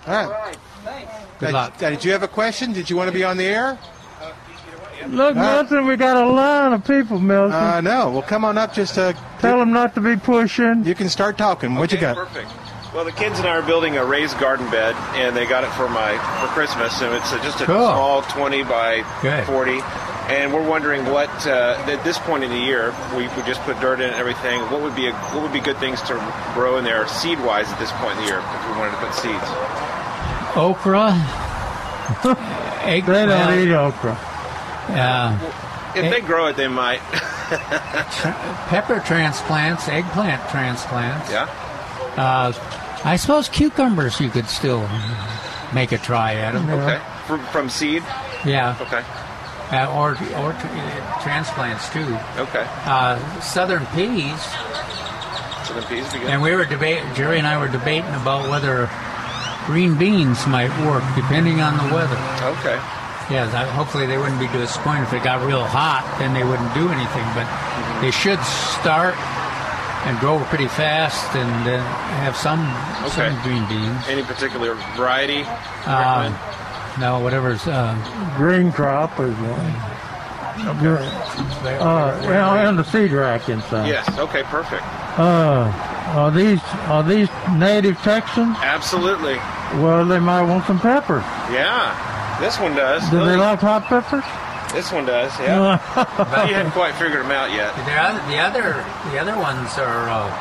C: right.
I: All right, thanks.
D: Good
C: Uh,
D: luck.
C: Did you have a question? Did you want to be on the air?
E: Yeah. Look, Milton, we got a line of people, Milton.
C: Uh, no. Well, come on up. Just uh,
E: Tell them not to be pushing.
C: you can start talking. What you
J: Okay,
C: got?
J: Perfect. Well, the kids and I are building a raised garden bed, and they got it for my for Christmas, and it's a, just a
D: Cool.
J: small 20 by
D: Good.
J: 40. And we're wondering what uh, at this point in the year we, we just put dirt in and everything. What would be a, what would be good things to grow in there seed wise at this point in the year if we wanted to put seeds?
D: Okra,
E: They don't
D: eggplant,
E: eat okra.
D: uh,
J: If they grow it, they might.
D: pepper transplants, eggplant transplants.
J: Yeah.
D: Uh, I suppose cucumbers you could still make a try at them.
J: Okay. From, from seed.
D: Yeah.
J: Okay.
D: uh, or or tr- uh, transplants too.
J: Okay.
D: Uh, southern peas,
J: So then peas be good.
D: and we were debating. Jerry and I were debating about whether green beans might work, depending on the weather.
J: Okay.
D: Yeah, that, hopefully they wouldn't be disappointed if it got real hot, then they wouldn't do anything. But
J: Mm-hmm.
D: they should start and grow pretty fast, and uh, have some
J: Okay.
D: some green beans.
J: Any particular variety? you recommend?
D: Um, no, whatever's. Uh,
E: Green crop is one. Uh, well, and the seed rack inside.
J: yes. Okay. Perfect.
E: Uh, are these are these native Texans?
J: Absolutely.
E: Well, they might want some pepper.
J: Yeah. This one does.
E: Do they
J: Lily-
E: like hot peppers?
J: This one does, yeah. you hadn't quite figured them out yet.
D: The other, the other, the other ones are uh,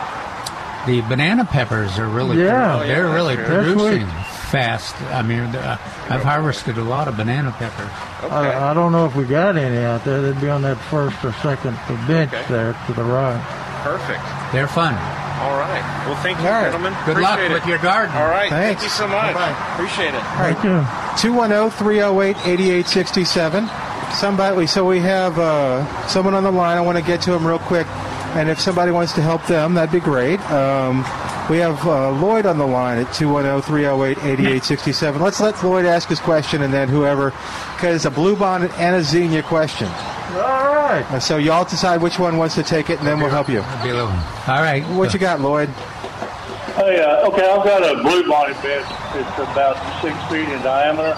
D: the banana peppers are really
E: Yeah.
D: produ- they're
J: Oh, yeah,
D: really
J: that's
E: true. That's
D: producing fast. I mean, uh, I've harvested a lot of banana peppers.
J: Okay.
E: I, I don't know if we got any out there. They'd be on that first or second bench
J: Okay.
E: there to the right.
J: Perfect.
D: They're fun.
J: All right. Well, thank you,
C: All right.
J: gentlemen.
D: Good
J: Appreciate
D: luck
J: it.
D: with your garden.
J: All right.
C: Thanks.
J: Thank you so much.
C: Bye-bye.
J: Appreciate it.
C: All right. oh,
E: Thank you.
C: 210 308 8867. Somebody, so we have uh, someone on the line. I want to get to him real quick. And if somebody wants to help them, that'd be great. Um, we have uh, Lloyd on the line at oh, 210 308 8867. Let's let Lloyd ask his question and then whoever, because it's a blue bonnet and a zinnia question.
E: All right.
C: Uh, So y'all decide which one wants to take it and then we'll help you.
D: That'd be a little- All right.
C: What you got, Lloyd?
H: Hey, uh, okay, I've got a blue bonnet bed. It's about six feet in diameter,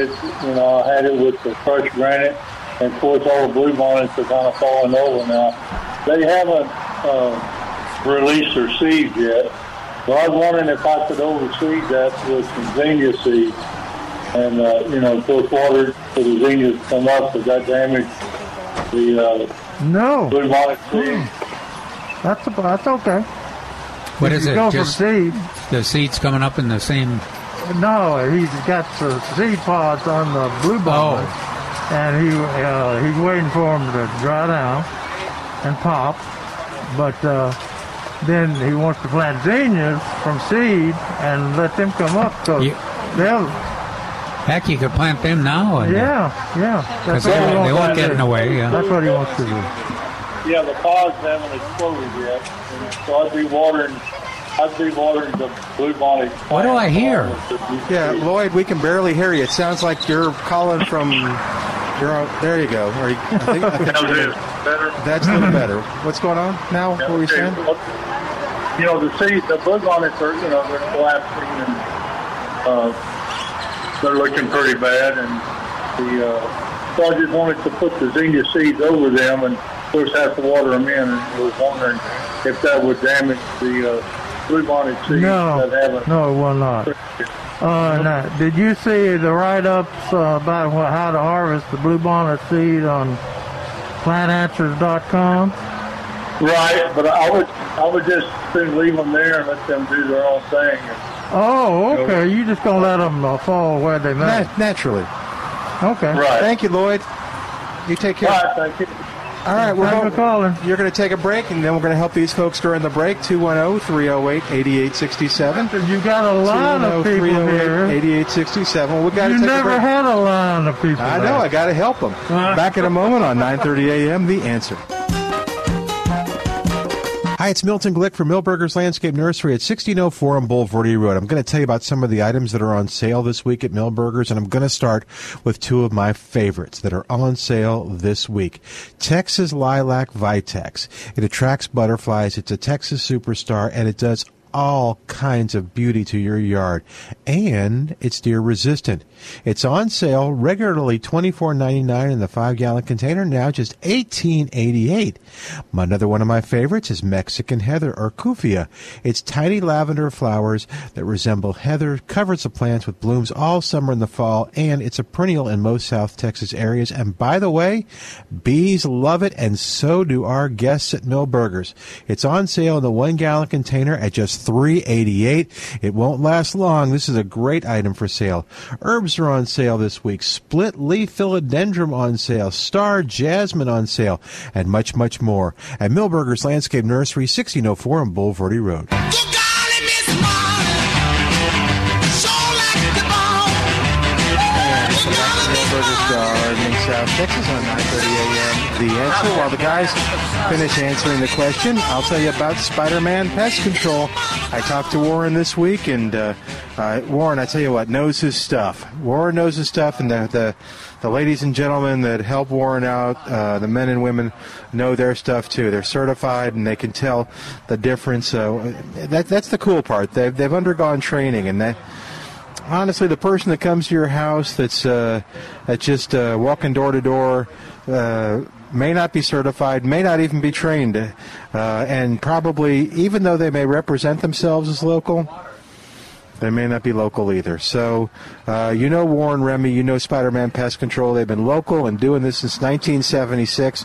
K: It's, you know, I had it with the crushed granite, and of course all the blue bonnets are kind of falling over now. They haven't uh, released their seeds yet, so I was wondering if I could overseed that with some zinnia seeds, and uh, you know, of course water for the zinnias to come up, but that damaged the uh,
E: No.
K: blue bonnet seeds.
E: That's, a, that's okay.
D: What
E: If
D: is
E: you
D: it?
E: Go for
D: Just-
E: seed.
D: The seeds coming up in the same.
E: No, he's got the seed pods on the blue ball,
D: Oh.
E: and he uh, he's waiting for them to dry down and pop. But uh, then he wants to plant zinnias from seed and let them come up. So they'll
D: Heck, you could plant them now. And,
E: yeah yeah.
D: Oh, Because
E: That's
D: they,
E: what he wants
D: won't- they won't
E: to
D: get
E: do.
D: in the way. Yeah.
E: That's what he wants to do.
K: Yeah, the pods haven't exploded yet, and so I'd be watering. I'd be watering the blue bonnet.
C: What do I hear? Yeah, Lloyd, we can barely hear you. It sounds like you're calling from. You're on, there you go. Or you- I think, I think
K: How's this? Better?
C: That's a little better. What's going on now? What were you saying?
K: You know, the seeds, the blue bonnets are, you know, they're collapsing and uh, they're looking pretty bad. And the uh, so I just wanted to put the zinnia seeds over them and of course have to water them in. And was wondering if that would damage the uh, blue bonnet seeds
E: No,
K: that haven't.
E: no, it will not. Uh, no. Did you see the write-ups uh, about wha- how to harvest the bluebonnet seed on plantanswers.com?
K: Right, but I would I would just soon leave them there and let them do their own thing.
E: Oh, okay. You just gonna let them uh, fall where they may.
C: naturally.
E: Okay.
C: Thank you, Lloyd. You take care.
K: All right, thank you.
C: All right, we're
E: Thanks for
C: going, you're going to take a break, and then we're going to help these folks during the break. oh, 210-308-8867.
E: You got a lot of people
C: oh,
E: here.
C: 8867. We got to
E: You
C: take
E: never
C: a break.
E: had a line of people.
C: I know. I got to help them. Back in a moment on 9:30 a.m. The Answer.
G: Hi, it's Milton Glick from Millburgers Landscape Nursery at 1604 on Boulevardy Road. I'm going to tell you about some of the items that are on sale this week at Millburgers, and I'm going to start with two of my favorites that are on sale this week. Texas Lilac Vitex. It attracts butterflies. It's a Texas superstar, and it does all kinds of beauty to your yard and it's deer resistant. It's on sale regularly $24.99 in the 5 gallon container now just $18.88. Another one of my favorites is Mexican heather or cufia. It's tiny lavender flowers that resemble heather, covers the plants with blooms all summer and the fall and it's a perennial in most South Texas areas and by the way, bees love it and so do our guests at Mill Burgers. It's on sale in the one gallon container at just $3.88. It won't last long. This is a great item for sale. Herbs are on sale this week. Split leaf philodendron on sale. Star jasmine on sale. And much, much more. At Millburgers Landscape Nursery, 1604 on Boulevardy Road.
C: So that's Millburgers Garden in South Texas on 9:30 a.m. The Answer. While the guys finish answering the question, I'll tell you about Spider-Man Pest Control. I talked to Warren this week, and uh, uh, Warren, I tell you what, knows his stuff. Warren knows his stuff, and the the, the ladies and gentlemen that help Warren out, uh, the men and women, know their stuff too. They're certified, and they can tell the difference. So uh, that that's the cool part. They've they've undergone training, and that honestly, the person that comes to your house that's uh, that's just uh, walking door to door uh, may not be certified, may not even be trained, uh, and probably even though they may represent themselves as local. They may not be local either. So, uh, you know Warren Remy, you know Spider Man Pest Control. They've been local and doing this since 1976.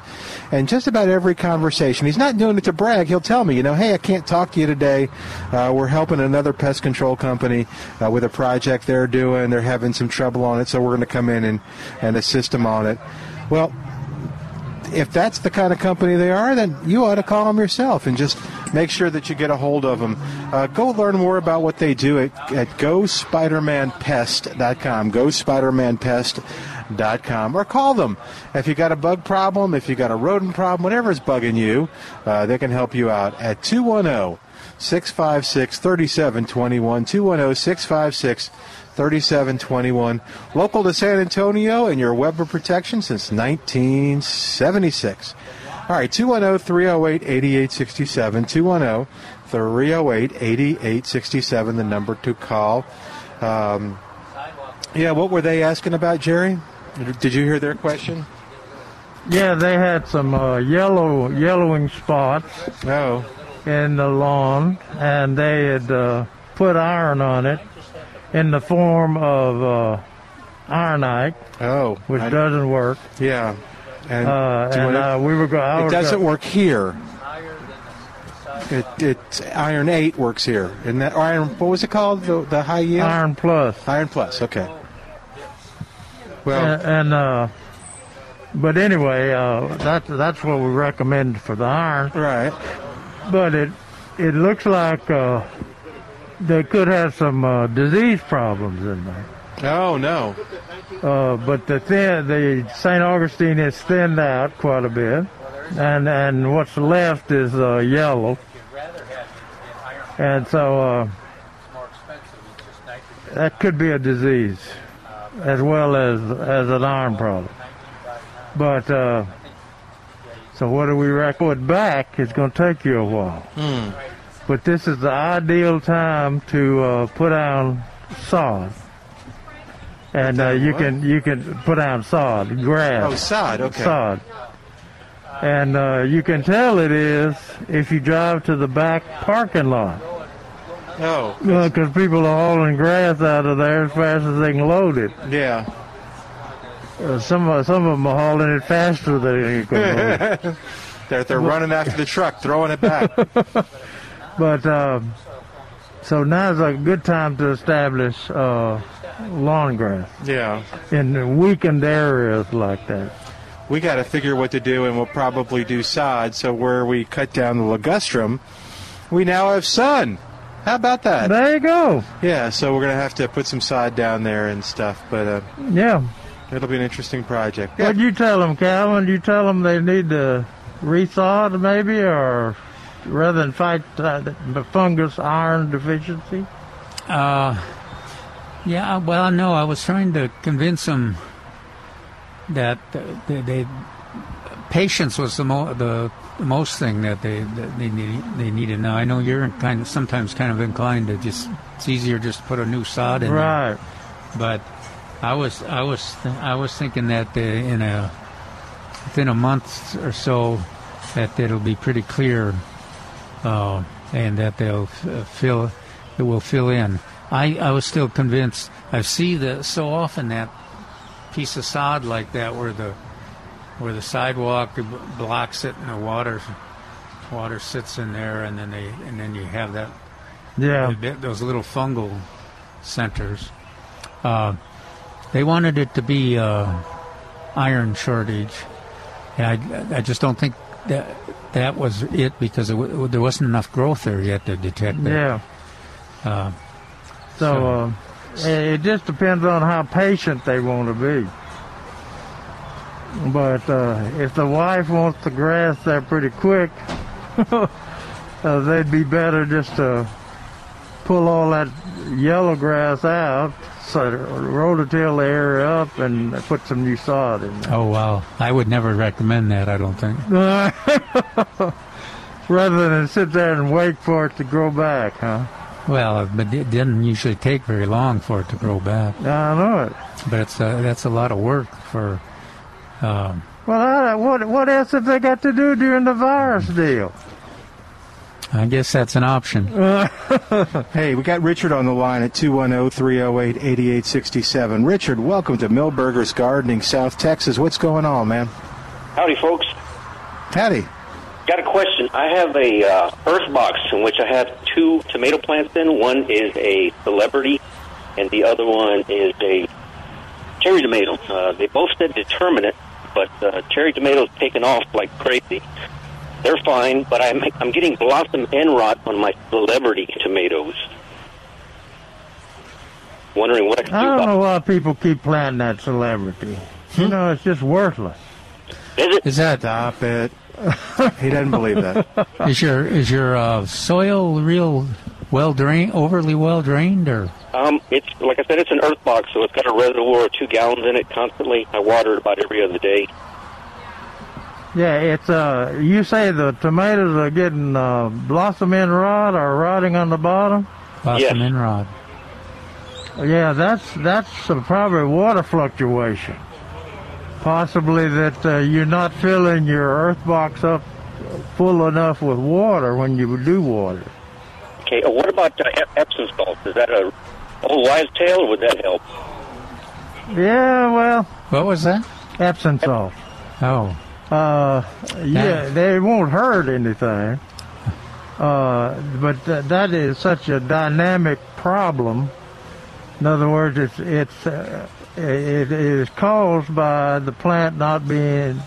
C: And just about every conversation, he's not doing it to brag. He'll tell me, you know, hey, I can't talk to you today. Uh, we're helping another pest control company uh, with a project they're doing. They're having some trouble on it, so we're going to come in and, and assist them on it. Well, if that's the kind of company they are, then you ought to call them yourself and just make sure that you get a hold of them. Uh, go learn more about what they do at, at gospidermanpest.com, gospidermanpest.com, or call them. If you got a bug problem, if you got a rodent problem, whatever's bugging you, uh, they can help you out at 210 656 3721. 210 656 3721. Local to San Antonio and your web of protection since 1976. All right, oh, 210 308 8867. 210 308 8867, the number to call. Um, Yeah, what were they asking about, Jerry? Did you hear their question?
E: Yeah, they had some uh, yellow, yellowing spots.
C: No.
E: In the lawn, and they had uh, put iron on it in the form of uh, ironite.
C: Oh,
E: which
C: I-
E: doesn't work.
C: Yeah, and,
E: uh,
C: do you
E: and
C: wanna-
E: uh, we were going.
C: It doesn't work here. It, it's iron eight works here, and that iron what was it called? The, the high yield
E: iron plus.
C: Iron plus. Okay. Well,
E: Well, and, and, uh, but anyway, uh, that's that's what we recommend for the iron.
C: Right.
E: But it it looks like uh, they could have some uh, disease problems in there.
C: oh no.
E: Uh, but the thin, the St. Augustine is thinned out quite a bit, and and what's left is uh, yellow. And so uh, that could be a disease, as well as as an iron problem. But uh, so what do we record back? It's going to take you a while.
C: Hmm.
E: But this is the ideal time to uh, put down sod, and uh, you can you can put down sod, grass.
C: Oh, sod, okay.
E: Sod. And uh, you can tell it is if you drive to the back parking lot
C: Oh.
E: because people are hauling grass out of there as fast as they can load it.
C: Yeah.
E: Uh, some of- some of them are hauling it faster than they can load it.
C: they're they're running after the truck, throwing it back.
E: But um, so now's a good time to establish uh, lawn grass
C: yeah.
E: in weakened areas like that.
C: we got to figure what to do, and we'll probably do sod. So where we cut down the ligustrum, we now have sun. How about that?
E: There you go.
C: Yeah, so we're gonna have to put some sod down there and stuff, but uh,
E: Yeah.
C: it'll be an interesting project.
E: What you tell them, Calvin? You tell them they need to resod maybe, or rather than fight uh, the fungus iron deficiency.
D: Uh, yeah, well, no, I was trying to convince them that uh, they, they patience was the, mo- the, the most thing that they that they need they needed. Now I know you're kind of sometimes kind of inclined to just it's easier just to put a new sod in, there.
E: Right.
D: But I was I was I was thinking that uh, in a within a month or so that it'll be pretty clear uh, and that they'll f- uh, fill it will fill in. I, I was still convinced. I see the so often that piece of sod like that where the where the sidewalk b- blocks it and the water water sits in there and then they and then you have that
E: Yeah.
D: the bit- those little fungal centers. Uh, they wanted it to be uh, iron shortage. And I, I just don't think that that was it because it w- there wasn't enough growth there yet to detect
E: Yeah.
D: that. Uh,
E: So um, it it just depends on how patient they want to be. But uh, if the wife wants the grass there pretty quick, uh, they'd be better just to pull all that yellow grass out, so rototill the area up, and put some new sod in
D: oh wow! I would never recommend that. I don't think.
E: there. Rather than sit there and wait for it to grow back, huh?
D: Well, uh, but it didn't usually take very long for it to grow back.
E: I know it.
D: But it's uh, that's a lot of work for. Um,
E: Well, I, what what else have they got to do during the virus deal?
D: I guess that's an option.
C: hey, we got Richard on the line at 210-308-8867. Richard, welcome to Millburgers Gardening, South Texas. What's going on, man?
L: Howdy, folks.
C: Howdy.
L: Got a question. I have a uh, earth box in which I have two tomato plants in. One is a celebrity, and the other one is a cherry tomato. Uh, they both said determinate, but uh, cherry tomatoes taken off like crazy. They're fine, but I'm I'm getting blossom end rot on my celebrity tomatoes. Wondering what I can
E: I
L: do
E: don't
L: about
E: know why people keep planting that celebrity. You know, it's just worthless.
D: Is that uh,
C: stop it? He doesn't believe that.
D: Is your is your uh, soil real well drained, overly well drained, or
L: Um, it's like I said, it's an earth box, so it's got a reservoir of two gallons in it constantly. I water it about every other day.
E: Yeah, it's uh. You say the tomatoes are getting uh, blossom end rot or rotting on the bottom.
D: blossom end rot?
E: Yeah, that's that's uh, probably water fluctuation. Possibly that uh, you're not filling your earth box up full enough with water when you do water.
L: Okay, uh, what about uh, Ep- Epsom salts? Is that a old wives' tale, or would that help?
E: Yeah, well.
D: What was that?
E: Epsom salt.
D: Oh.
E: Uh, yeah, they won't hurt anything. Uh, but th- that is such a dynamic problem. In other words, it's it's uh, it, it is caused by the plant not being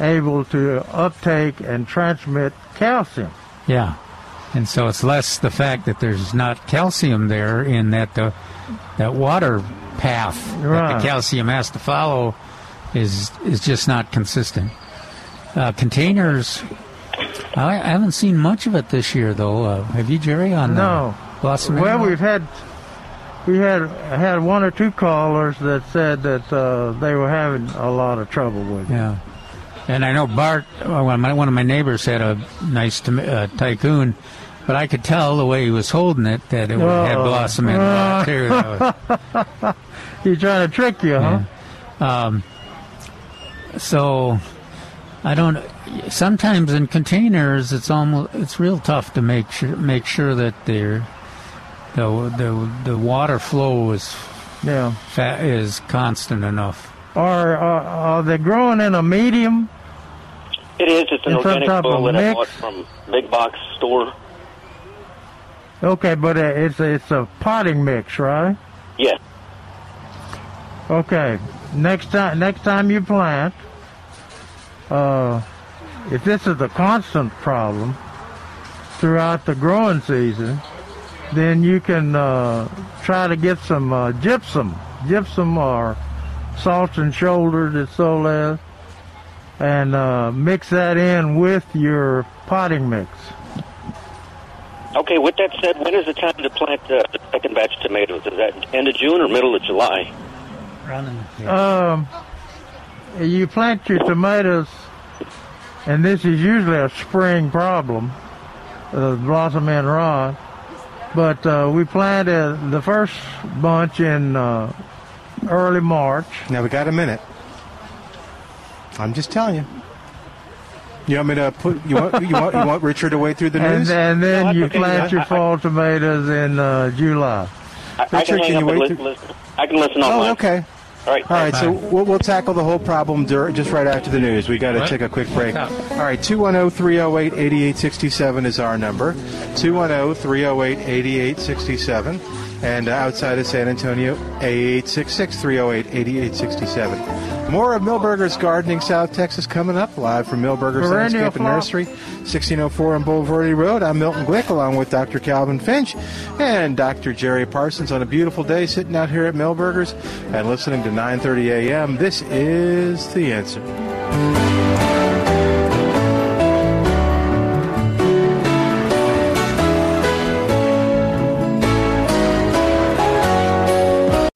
E: able to uptake and transmit calcium.
D: Yeah. And so it's less the fact that there's not calcium there in that the, that water path that
E: Right.
D: the calcium has to follow is is just not consistent. Uh, containers, I, I haven't seen much of it this year though. Uh, have you, Jerry? On
E: No.
D: the blossom.
E: Well,
D: annual?
E: we've had we had had one or two callers that said that uh, they were having a lot of trouble with it.
D: Yeah. And I know Bart, oh, well, my- one of my neighbors had a nice tom- uh, tycoon, but I could tell the way he was holding it that it would had
E: Oh.
D: blossom in
E: Oh.
D: it too. That was-
E: He's trying to trick you, huh?
D: Um, so I don't. Sometimes in containers, it's almost it's real tough to make sure make sure that they're, the the the water flow is
E: Yeah.
D: fa- is constant enough.
E: Are, are are they growing in a medium?
L: It is. It's an
E: It's on
L: organic
E: top of
L: soil that I
E: mix.
L: bought from big box store.
E: Okay, but uh, it's it's a potting mix, right?
L: Yes.
E: Okay. Next time, next time you plant, uh, if this is a constant problem throughout the growing season, then you can uh, try to get some uh, gypsum, gypsum or salt and shoulders at Soleil, and uh, mix that in with your potting mix.
L: Okay. With that said, when is the time to plant uh, the second batch of tomatoes? Is that end of June or middle of July?
E: Um, you plant your tomatoes, and this is usually a spring problem, uh, blossom and rod. But uh, we planted the first bunch in uh, early March.
C: Now we got a minute. I'm just
E: Oh,
C: telling you. You want me to put you want you want, you want Richard to wade through the
E: and,
C: news?
E: and then you plant your fall tomatoes in uh, July.
L: I, I can hang up and listen, listen. I can listen online.
C: Oh, okay.
L: All right.
C: All right, so we'll, we'll tackle the whole problem dur- just right after the news. we got to
L: Right.
C: take a quick break. All right, oh, 210 308 8867 is our number. oh, 210 308 8867. And uh, outside of San Antonio, 866 308 8867. More of Millburgers Gardening South Texas coming up live from Millburgers
E: Perennial
C: Landscape and
E: flora.
C: Nursery, 1604 on Boulevardy Road. I'm Milton Glick along with Dr. Calvin Finch and Dr. Jerry Parsons on a beautiful day sitting out here at Millburgers and listening to 9:30 a.m. This is the answer.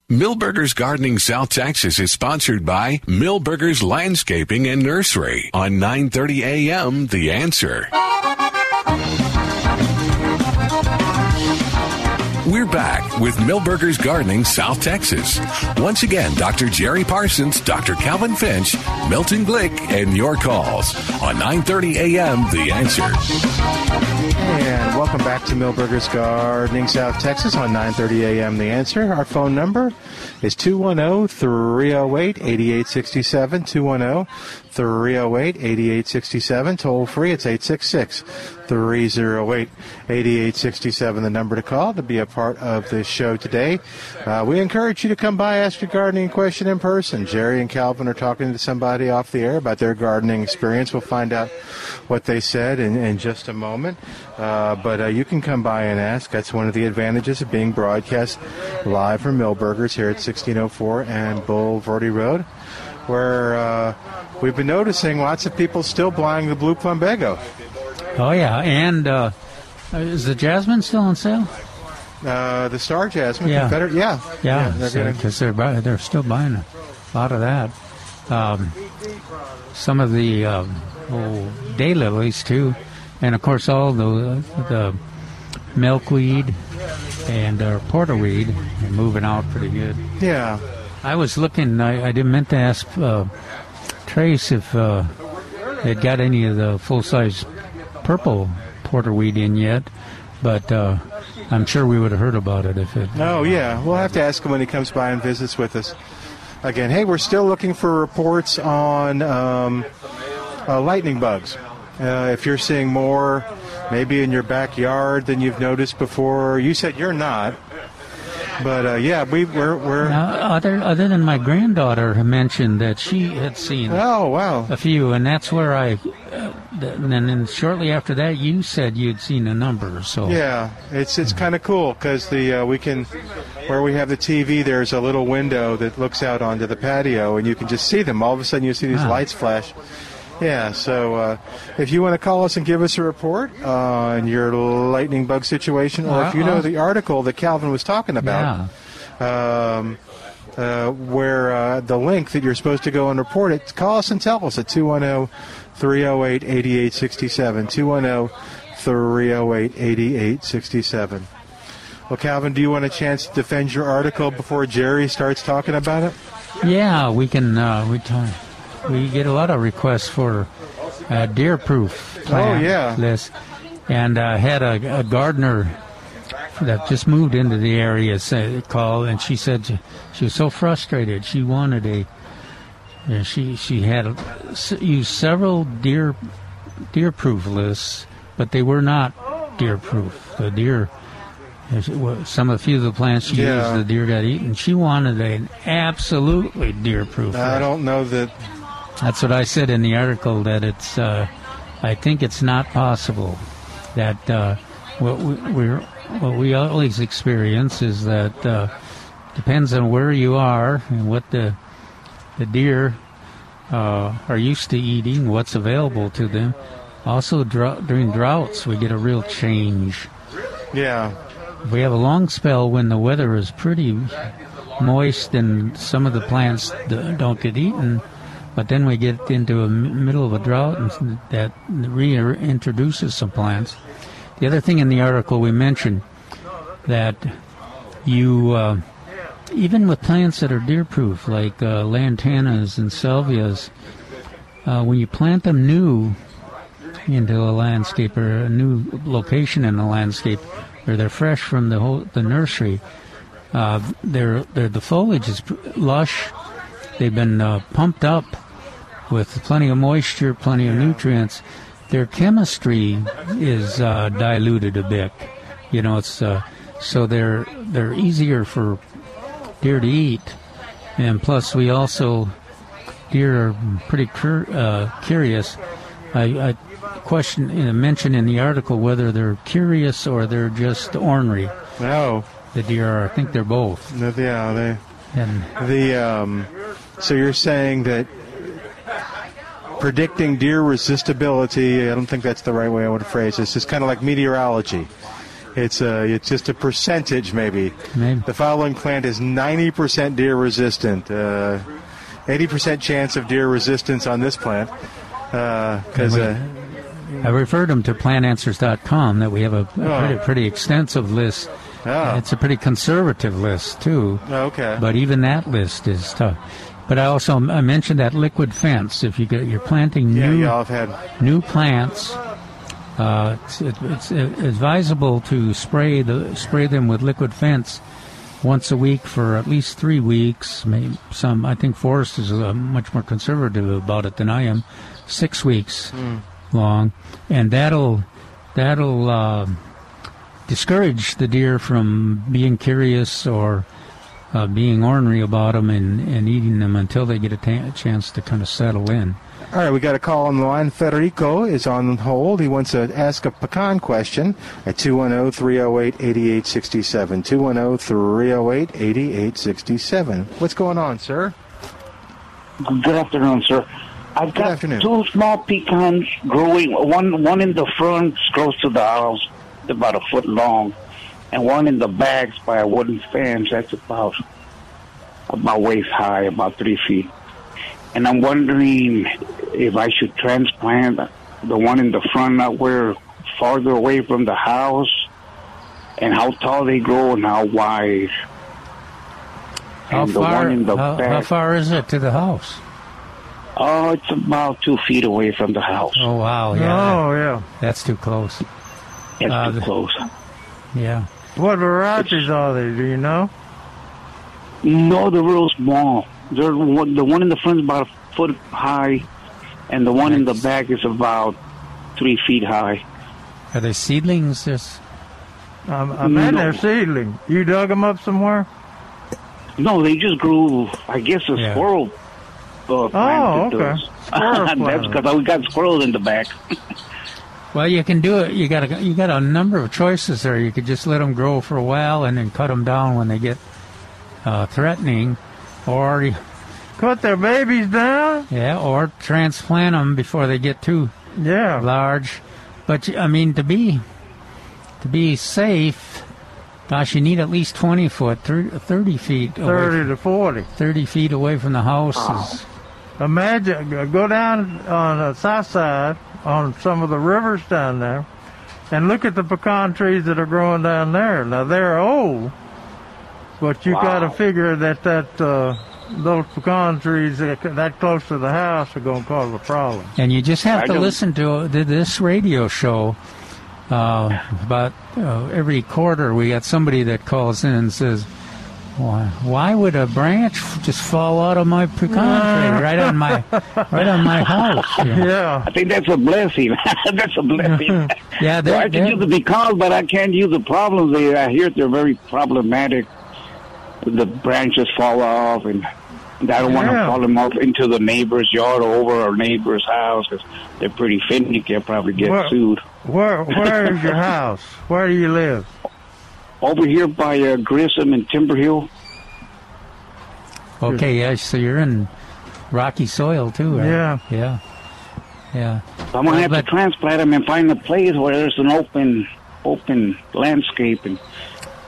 A: Millburgers Gardening South Texas is sponsored by Millburgers Landscaping and Nursery on 9:30 a.m. The Answer. We're back with Millburgers Gardening South Texas. Once again, Dr. Jerry Parsons, Dr. Calvin Finch, Milton Glick, and your calls on 9:30 a.m. The Answer.
C: And welcome back to Millburgers Gardening South Texas on 9:30 a.m. The answer. Our phone number is oh, 210-308-8867 oh, 210-308-8867 toll free it's 866-308-8867 the number to call to be a part of this show today. Uh, we encourage you to come by ask your gardening question in person. Jerry and Calvin are talking to somebody off the air about their gardening experience. We'll find out what they said in, in just a moment. Uh, but uh, you can come by and ask. That's one of the advantages of being broadcast live from Millburgers here at 1604 and Bull Verde Road, where uh, we've been noticing lots of people still buying the blue plumbago.
D: Oh yeah, and uh, is the jasmine still on sale?
C: Uh, the star jasmine,
D: Yeah.
C: Confederate, yeah,
D: Yeah,
C: they're
D: because
C: getting-
D: they're buy- they're still buying a lot of that. Um, some of the um, oh, daylilies too, and of course all the the milkweed and uh, porterweed are moving out pretty good.
C: Yeah.
D: I was looking. I, I didn't meant to ask uh, Trace if uh, they'd got any of the full-size purple porterweed in yet, but uh, I'm sure we would have heard about it if it.
C: Oh, yeah. We'll have to ask him when he comes by and visits with us. Again, hey, we're still looking for reports on um, uh, lightning bugs. Uh, if you're seeing more, maybe in your backyard than you've noticed before, you said you're not. But uh, yeah, we, we're we're
D: Now, other other than my granddaughter had mentioned that she had seen.
C: Oh wow!
D: A few, and that's where I. Uh, th- and then shortly after that, you said you'd seen a number. So
C: Yeah, it's it's kind of cool because the uh, we can where we have the TV. There's a little window that looks out onto the patio, and you can just see them. All of a sudden, you see these
D: Ah.
C: lights flash. Yeah, so uh, if you want to call us and give us a report on your lightning bug situation, or if you know
D: Uh-uh.
C: the article that Calvin was talking about, um, uh, where uh, the link that you're supposed to go and report it, call us and tell us at oh, 210 308 8867. 210 308 8867. Well, Calvin, do you want a chance to defend your article before Jerry starts talking about it?
D: yeah, we can. Uh, we t- we get a lot of requests for uh, deer proof.
C: Oh, yeah.
D: This, and uh, had a, a gardener that just moved into the area said called, and she said she, she was so frustrated. She wanted a. yeah, she she had s- used several deer deer proof lists, but they were not deer proof. The deer, some of a few of the plants she
C: Yeah.
D: used, the deer got eaten. She wanted an absolutely deer proof.
C: I don't know that.
D: That's what I said in the article that it's. Uh, I think it's not possible that uh, what we, we're what we always experience is that uh, depends on where you are and what the the deer uh, are used to eating, what's available to them. Also, drought, during droughts, we get a real change.
C: Yeah.
D: We have a long spell when the weather is pretty moist and some of the plants d- don't get eaten, but then we get into a m- middle of a drought and that reintroduces some plants. The other thing in the article we mentioned that you, uh, even with plants that are deer proof, like uh, lantanas and salvias, uh, when you plant them new, into a landscape or a new location in the landscape, or they're fresh from the whole, the nursery. Uh, they're, they're, the foliage is pr- lush. They've been uh, pumped up with plenty of moisture, plenty of nutrients. Their chemistry is uh, diluted a bit. You know, it's uh, so they're they're easier for deer to eat, and plus we also deer are pretty cur- uh, curious. I, I question uh, mention in the article whether they're curious or they're just ornery.
C: No,
D: the deer are. I think they're both.
C: No, yeah, they.
D: And
C: The um, so you're saying that predicting deer resistibility. I don't think that's the right way I would phrase this. It's kind of like meteorology. It's a, it's just a percentage maybe.
D: Maybe.
C: The following plant is 90% deer resistant. Uh, 80% chance of deer resistance on this plant. Because
D: And
C: uh,
D: I referred them to plantanswers.com that we have a, a
C: Oh.
D: pretty, pretty extensive list.
C: Oh.
D: It's a pretty conservative list too.
C: Okay.
D: But even that list is tough. But I also I mentioned that liquid fence. If you get, you're planting
C: yeah,
D: new
C: yeah, I've had
D: new plants, uh, it's, it's advisable to spray the spray them with liquid fence once a week for at least three weeks. Maybe some I think Forrest is uh, much more conservative about it than I am. Six weeks
C: Hmm.
M: Mm.
D: long, and that'll that'll uh, discourage the deer from being curious or. Uh, being ornery about them and, and eating them until they get a ta- chance to kind of settle in.
C: All right, we got a call on the line. Federico is on hold. He wants to ask a pecan question at 210 308 8867. 210 308 8867. What's going on, sir?
N: Good afternoon, sir. I've
C: Good
N: got
C: afternoon.
N: two small pecans growing. One one in the front, close to the house, about a foot long, and one in the bags by a wooden fence. That's about about waist high, about three feet. And I'm wondering if I should transplant the one in the front, not where farther away from the house, and how tall they grow and how wide.
D: How
N: and the
D: far?
N: one in the
D: How,
N: back.
D: how far is it to the house?
N: Oh, it's about two feet away from the house.
D: Oh wow! Yeah.
E: Oh, yeah.
D: That's too close.
N: That's
D: Uh,
N: too
D: the-
N: close.
D: Yeah.
E: What varieties are they? Do you know?
N: No, they're real small. They're one, the one in the front is about a foot high, and the one in the back is about three feet high.
D: Are they seedlings? There's
E: I'm, I'm in
N: No.
E: there seedling. You dug them up somewhere?
N: No, they just grew. I guess a
E: Yeah. Oh,
N: squirrel. Uh, planted
E: okay.
N: those.
E: Squirrel
N: That's
E: planted.
N: because we got squirrels in the back.
D: Well, you can do it. You got a, you got a number of choices there. You could just let them grow for a while and then cut them down when they get uh, threatening, or you-
E: Cut their babies down?
D: yeah, or transplant them before they get too
E: yeah
D: large. But you- I mean, to be to be safe, gosh, you need at least twenty foot, thir- thirty feet, away
E: 30
D: from-
E: to Ah. 40.
D: thirty feet away from the house. is-
E: Uh, Imagine, go- go down on the south side on some of the rivers down there and look at the pecan trees that are growing down there. Now, they're old, but you
M: Wow.
E: got to figure that that uh, those pecan trees that, that close to the house are going to cause a problem.
D: And you just have
E: I
D: to
E: don't-
D: listen to to this radio show. Uh, about uh, every quarter, we got somebody that calls in and says, "Why, why would a branch f- just fall out of my pecan tree right on my right on my house?" you know?
N: I think that's a blessing. that's a blessing.
D: Yeah,
N: well, I can use the because, but I can't use the problems. They, I hear they're very problematic. The branches fall off, and I don't want to
E: Yeah.
N: fall them off into the neighbor's yard or over our neighbor's house 'cause they're pretty finicky. I'll probably get
E: Well-
N: sued.
E: Where Where is your house? Where do you live?
N: Over here by uh, Grissom and Timber Hill.
D: Okay, yeah. So you're in rocky soil too, right?
N: Yeah.
D: yeah, yeah.
N: I'm gonna have to transplant them and find a place where there's an open, open landscape and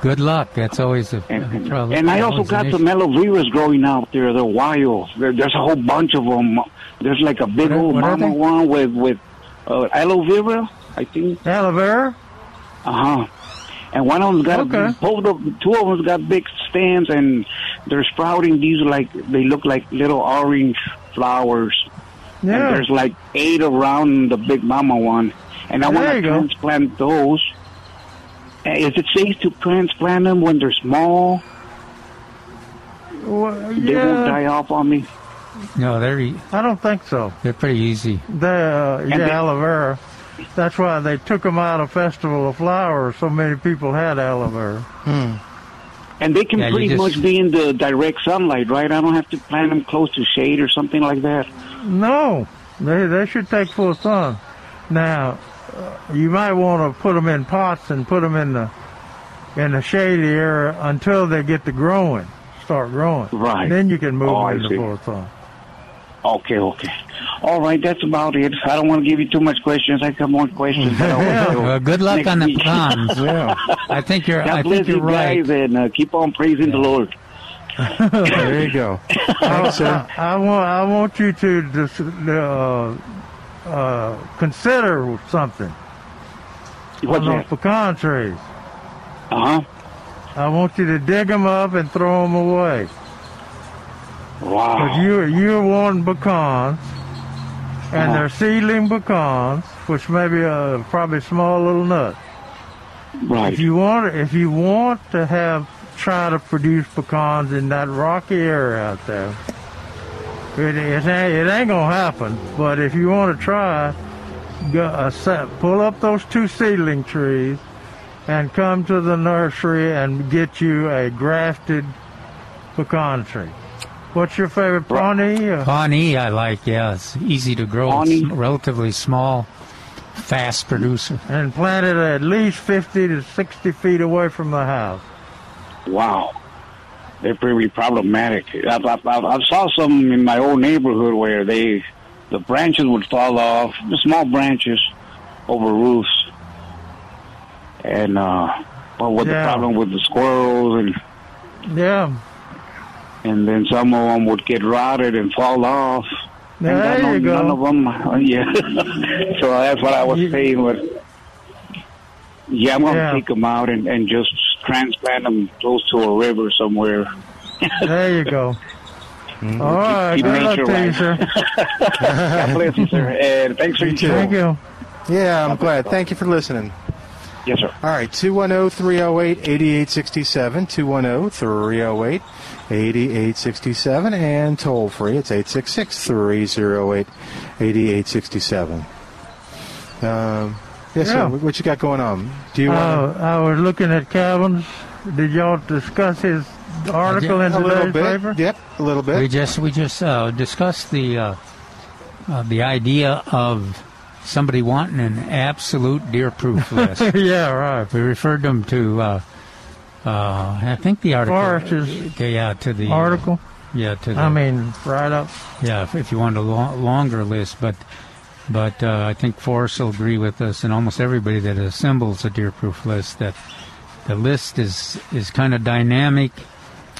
D: Good luck. That's always a, a trouble.
N: And I also
D: always an
N: got
D: issue.
N: some aloe veras growing out there. They're wild. There, there's a whole bunch of them. There's like a big old
E: what are
N: mama
E: they?
N: one with with uh, aloe vera, I think.
E: Aloe vera.
N: Uh huh. And one of them's got
E: Okay.
N: both of two of them's got big stems, and they're sprouting. These are like they look like little orange flowers.
E: Yeah.
N: And there's like eight around the big mama one, and I
E: There
N: want
E: you
N: to
E: go.
N: transplant those. Uh, Is it safe to transplant them when they're small?
E: Well,
N: They won't die
E: yeah.
N: off on me.
D: No, they're e-
E: I don't think so.
D: they're pretty easy.
E: They, uh, yeah,
D: they-
E: aloe vera. That's why they took them out of Festival of Flowers. So many people had aloe vera.
N: And they
E: Hmm.
N: can
E: Yeah, you
N: pretty
E: just-
N: much be in the direct sunlight, right? I don't have to plant them close to shade or something like that.
E: No, they they should take full sun. Now, uh, you might want to put them in pots and put them in the in the shady area until they get to growing, start growing.
N: Right.
E: Then you can move
N: Oh, I
E: them
N: see.
E: into full sun.
N: Okay, okay. All right, that's about it. I don't want to give you too much questions. I got more questions. But I will
D: Well, good luck
N: next
D: on the
N: week.
D: plums. I think you're.
N: God
D: I
N: bless
D: think you're
N: you
D: right.
N: guys, and uh, keep on praising the Lord.
C: there you go.
E: I, I- I want I want you to dis, uh, uh, consider something.
N: What's
E: on
N: that?
E: those pecan trees.
N: Uh huh.
E: I want you to dig them up and throw them away.
N: Wow.
E: But you you're wanting pecans, and
N: Uh-huh.
E: they're seedling pecans, which may be a probably small little nut.
N: Right.
E: If you want if you want to have try to produce pecans in that rocky area out there, it, it, ain't, it ain't gonna happen. But if you want to try, go, uh, set, pull up those two seedling trees and come to the nursery and get you a grafted pecan tree. What's your favorite Pawnee? Uh,
D: Pawnee, I like. Yeah, it's easy to grow. It's
E: Pawnee.
D: relatively small, fast producer.
E: and plant it at least 50 to 60 feet away from the house.
N: Wow. They're pretty problematic. I, I, I, I saw some in my old neighborhood where they, the branches would fall off, the small branches over roofs. And, uh, but with
E: Yeah.
N: the problem with the squirrels and,
E: Yeah.
N: and then some of them would get rotted and fall off. And
E: There
N: I know
E: you go.
N: None of them, yeah. so that's what I was saying. With, Yeah, I'm going to 'em take them out and, and just transplant them close to a river somewhere.
E: There you go. All right,
N: Mm-hmm. Keep
E: good luck
N: nature
E: to you,
N: right.
E: sir.
N: God bless you, sir. And thanks for your show.
C: Thank you. Yeah, I'm glad. Thank you for listening.
N: Yes, sir.
C: All right, oh, 210 308 8867, 210 308 8867, and toll free, it's 866 308 8867. Um, yes,
E: Yeah.
C: sir. What you got going on? Do you
E: Uh,
C: want
E: I was looking at Calvin's. Did y'all discuss his article in
D: A
E: today's
D: little bit.
E: paper?
C: Yep, a little
D: We just we just uh, discussed the uh, uh, the idea of somebody wanting an absolute deer proof list.
E: yeah, right.
D: We referred them to uh, uh, I think the article.
E: Forrester's
D: Okay, yeah, to the uh,
E: article?
D: Yeah, to the,
E: I mean, right up.
D: yeah, if, if you want a lo- longer list, but but uh, I think Forrest will agree with us, and almost everybody that assembles a deer proof list that the list is is kind of dynamic,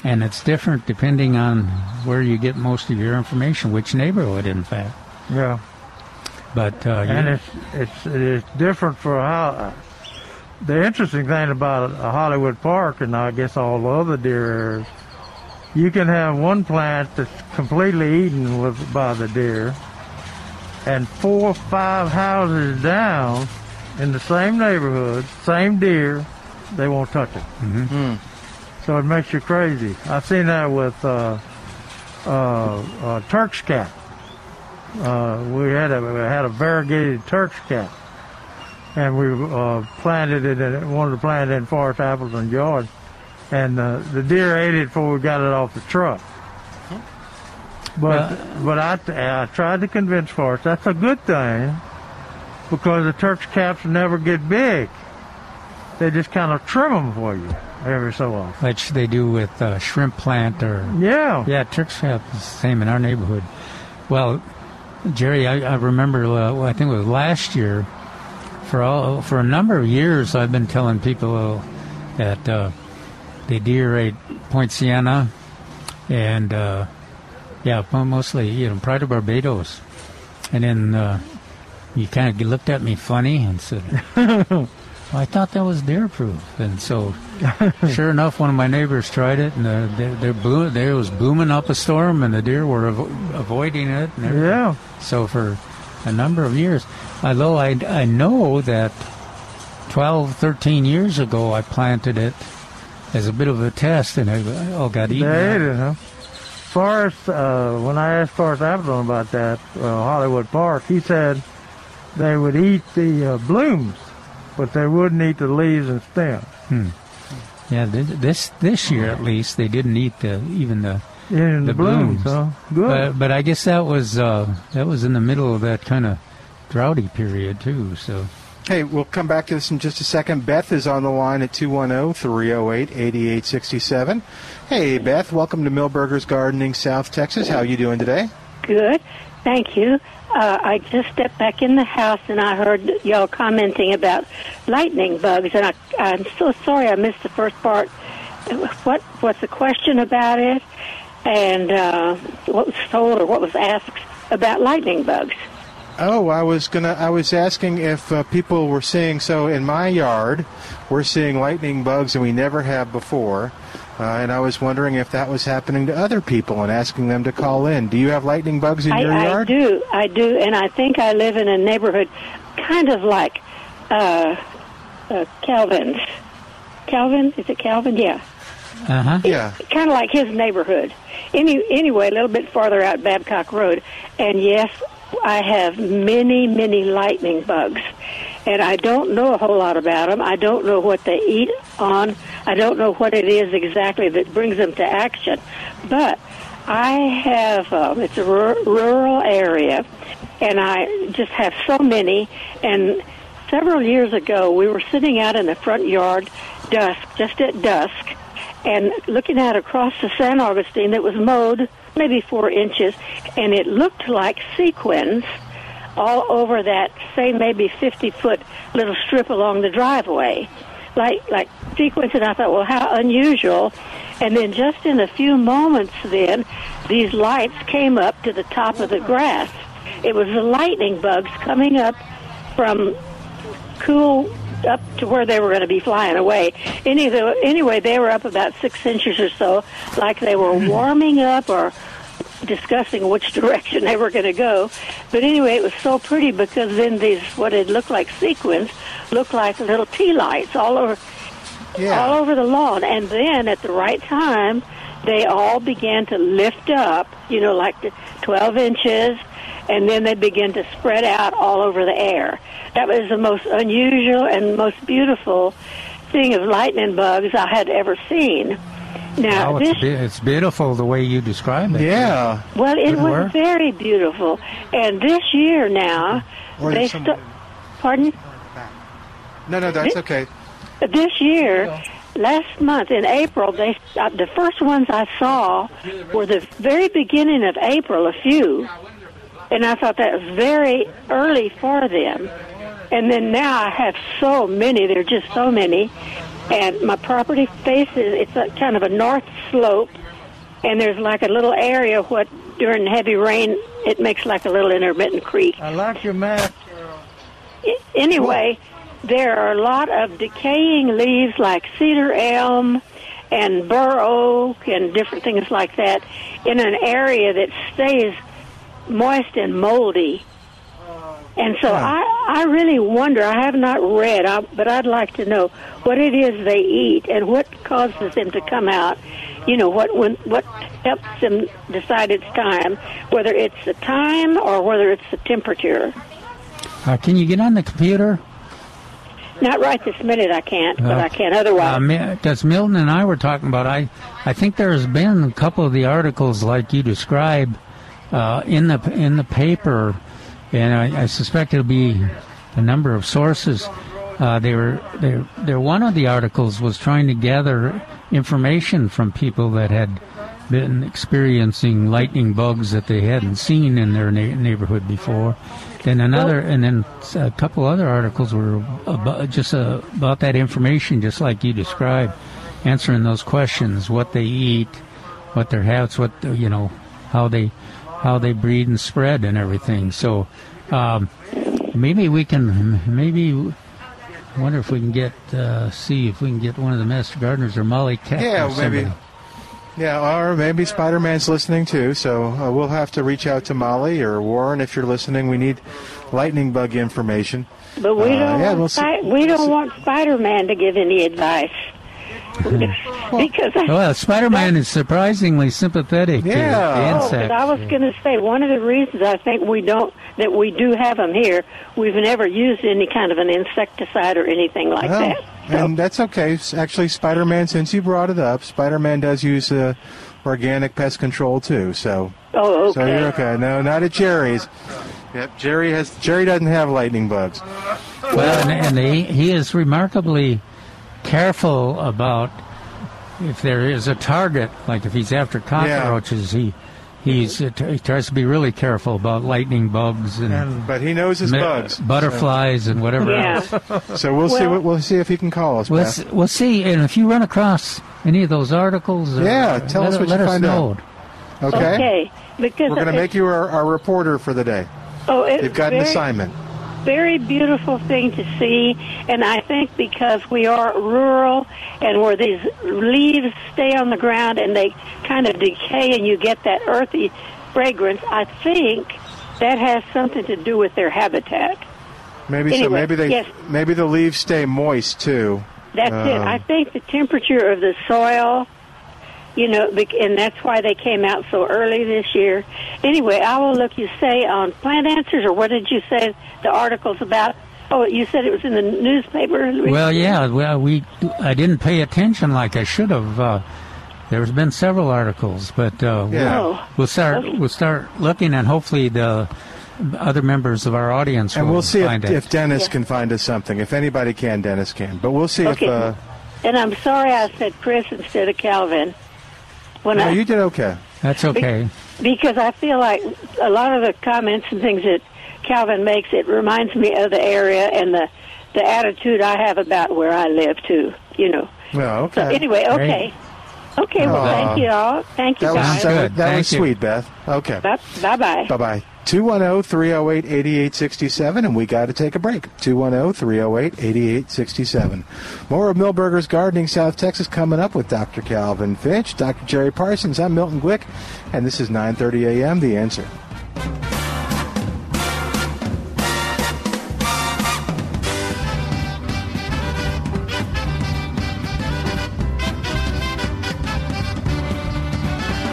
D: and it's different depending on where you get most of your information, which neighborhood, in fact.
E: Yeah.
D: But uh,
E: and
D: you-
E: it's it's it's different for how. The interesting thing about a Hollywood Park and I guess all the other deer areas, you can have one plant that's completely eaten with by the deer, and four or five houses down, in the same neighborhood, same deer, they won't touch it. So it makes you crazy. I've seen that with uh, uh, uh, Turk's cat. Uh, we had a we had a variegated Turk's cat, and we uh, planted it in wanted to plant it in Forest Appleton yard, and uh, the deer ate it before we got it off the truck. But but I, I tried to convince Forrest that's a good thing because the Turk's caps never get big. They just kind of trim them for you every so often.
D: which they do with uh, shrimp plant or
E: yeah
D: yeah Turk's Trap is the same in our neighborhood. Well, Jerry, I, I remember uh, well, I think it was last year. For all for a number of years, I've been telling people that uh, they deer ate Point Sienna and uh, yeah, mo- mostly you know Pride of Barbados, and then uh, you kind of looked at me funny and said. "Well, I thought that was deer proof, and so sure enough, one of my neighbors tried it, and uh, they they're blew, there was blooming up a storm, and the deer were avo- avoiding it. And everything.
E: Yeah.
D: So for a number of years, although I, I know that 12, 13 years ago, I planted it as a bit of a test, and it all got eaten.
E: They
D: up.
E: ate it, huh? Forrest, uh, when I asked Forrest Appleton about that, uh, Hollywood Park, he said they would eat the uh, blooms, but they wouldn't eat the leaves and stems.
D: Hmm. Yeah, thi- this this year at least they didn't eat the even the
E: Yeah, and the blooms, huh? Good.
D: But, but I guess that was uh, that was in the middle of that kind of droughty period too. So
C: Hey, we'll come back to this in just a second. Beth is on the line at 210 308 8867. Hey, Beth, welcome to Millburgers Gardening, South Texas. How you doing today?
M: Good. Thank you. Uh, I just stepped back in the house and I heard y'all commenting about lightning bugs, and I, I'm so sorry I missed the first part. What was the question about it, and uh, what was told or what was asked about lightning bugs?
C: Oh, I was gonna. I was asking if uh, people were seeing. So in my yard, we're seeing lightning bugs, and we never have before. Uh, and I was wondering if that was happening to other people, and asking them to call in. Do you have lightning bugs in
M: I,
C: your
M: I
C: yard?
M: do, I do, and I think I live in a neighborhood kind of like uh, uh, Calvin's. Calvin, is it Calvin? Yeah.
D: uh huh.
C: Yeah.
M: kind of like his neighborhood. Any anyway, a little bit farther out Babcock Road, and yes, I have many many lightning bugs, and I don't know a whole lot about them. I don't know what they eat on. I don't know what it is exactly that brings them to action, but I have. Um, it's a rur- rural area, and I just have so many and. Several years ago, we were sitting out in the front yard, dusk, just at dusk, and looking out across the San Augustine that was mowed maybe four inches, and it looked like sequins all over that say maybe fifty foot little strip along the driveway. Like like sequins and I thought, well how unusual and then just in a few moments then these lights came up to the top of the grass. It was the lightning bugs coming up from cool up to where they were going to be flying away. Any of the, anyway, they were up about six inches or so, like they were warming up or discussing which direction they were going to go. But anyway, it was so pretty because then these what had looked like sequins looked like little tea lights all over all over the lawn. And then at the right time, they all began to lift up, you know, like the 12 inches, and then they began to spread out all over the air. That was the most unusual and most beautiful thing of lightning bugs I had ever seen. Now
D: Oh,
M: this
D: it's, be- it's beautiful the way you describe it.
C: Yeah.
M: well, it
D: Good
M: was
D: work.
M: very beautiful. And this year now,
C: Or
M: they
C: there's some-
M: st- pardon.
C: No, no, that's okay.
M: This year, last month in April, they uh, the first ones I saw were the very beginning of April, a few, and I thought that was very early for them. And then now I have so many. There are just so many, and my property faces it's a kind of a north slope, and there's like a little area what during heavy rain it makes like a little intermittent creek.
E: I like your map.
M: I- anyway, there are a lot of decaying leaves like cedar elm and bur oak and different things like that in an area that stays moist and moldy. And so I, I really wonder. I have not read, I, but I'd like to know what it is they eat and what causes them to come out. You know what when, what helps them decide it's time, whether it's the time or whether it's the temperature.
D: Uh, can you get on the computer?
M: Not right this minute, I can't, but I can otherwise.
D: Uh,
C: um,
D: Mi- that's Milton and I were talking about. I, I think there's been a couple of the articles like you describe uh, in the in the paper, and I, I suspect it'll be a number of sources. Uh, they were they they one of the articles was trying to gather information from people that had been experiencing lightning bugs that they hadn't seen in their na- neighborhood before. Then another, and then a couple other articles were about, just uh, about that information, just like you described, answering those questions: what they eat, what their habits, what you know, how they how they breed and spread, and everything. So um, maybe we can maybe. I wonder if we can get uh, see if we can get one of the master gardeners or Molly Cat.
C: Yeah,
D: or
C: maybe.
D: somebody.
C: Yeah, or maybe Spider Man's listening too, so uh, we'll have to reach out to Molly or Warren if you're listening. We need lightning bug information.
M: but we
C: Uh,
M: don't
C: yeah,
M: want
C: we'll see-
M: Spi- we don't want Spider Man to give any advice because I,
C: oh,
D: Well, Spider Man is surprisingly sympathetic
M: Oh,
D: to
M: 'cause
D: insects.
M: I was going to say one of the reasons I think we don't that we do have them here. We've never used any kind of an insecticide or anything like
C: Well,
M: that.
C: And that's okay. S- Actually, Spider Man, since you brought it up, Spider Man does use uh, organic pest control too, so.
M: Oh,
C: So
M: okay.
C: you're okay. No, not at Jerry's. Yep, Jerry has Jerry doesn't have lightning bugs.
D: Well, and, and he, he is remarkably careful about if there is a target, like if he's after cockroaches, he he's he tries to be really careful about lightning bugs and,
C: But he knows his
D: mi-
C: bugs.
D: butterflies, and whatever
C: Yeah.
D: else.
C: So we'll, see.
D: Well-
C: What, we'll see if he can call us.
D: We'll,
C: Beth.
D: s- we'll see, and if you run across any of those articles, or,
C: Yeah, tell
D: let,
C: us what
D: let
C: you
D: us
C: find
D: know.
C: out. Okay.
M: because
C: We're going to
M: it's-
C: make you our, our reporter for the day.
M: Oh, it's
C: You've got an
M: very-
C: assignment.
M: very beautiful thing to see and i think because we are rural and where these leaves stay on the ground and they kind of decay and you get that earthy fragrance i think that has something to do with their habitat
C: Maybe so.
M: Anyway,
C: Maybe they.
M: yes.
C: Maybe the leaves stay moist too.
M: that's it
C: Um,
M: i think the temperature of the soil you know bec- and that's why they came out so early this year anyway i will look you say on plant answers or what did you say the articles about oh you said it was in the newspaper
D: Well, yeah, well, we I didn't pay attention like I should have. Uh, there's been several articles, but uh,
M: Yeah.
D: we'll,
M: Oh.
D: we'll start we'll start looking, and hopefully the other members of our audience
C: and
D: will
C: we'll see if,
D: find it.
C: if Dennis can find us something. If anybody can, Dennis can. But we'll see
M: Okay.
C: if. Uh,
M: And I'm sorry I said Chris instead of Calvin. When
C: no,
M: I,
C: you did okay.
D: That's okay.
M: because I feel like a lot of the comments and things that Calvin makes, it reminds me of the area and the the attitude I have about where I live too. You know.
C: Well,
M: So
C: okay.
M: anyway, okay. Okay, well,
C: Aw.
M: thank you all. Thank you
C: Uh, that was,
M: guys.
C: that, that was sweet, Beth. Okay.
M: Bye bye.
C: Bye bye. 210 308 8867, and we got to take a break. oh, 210 308 8867. More of Millburgers Gardening South Texas coming up with Dr. Calvin Finch, Dr. Jerry Parsons. I'm Milton Glick, and this is 9.30 a.m. The Answer.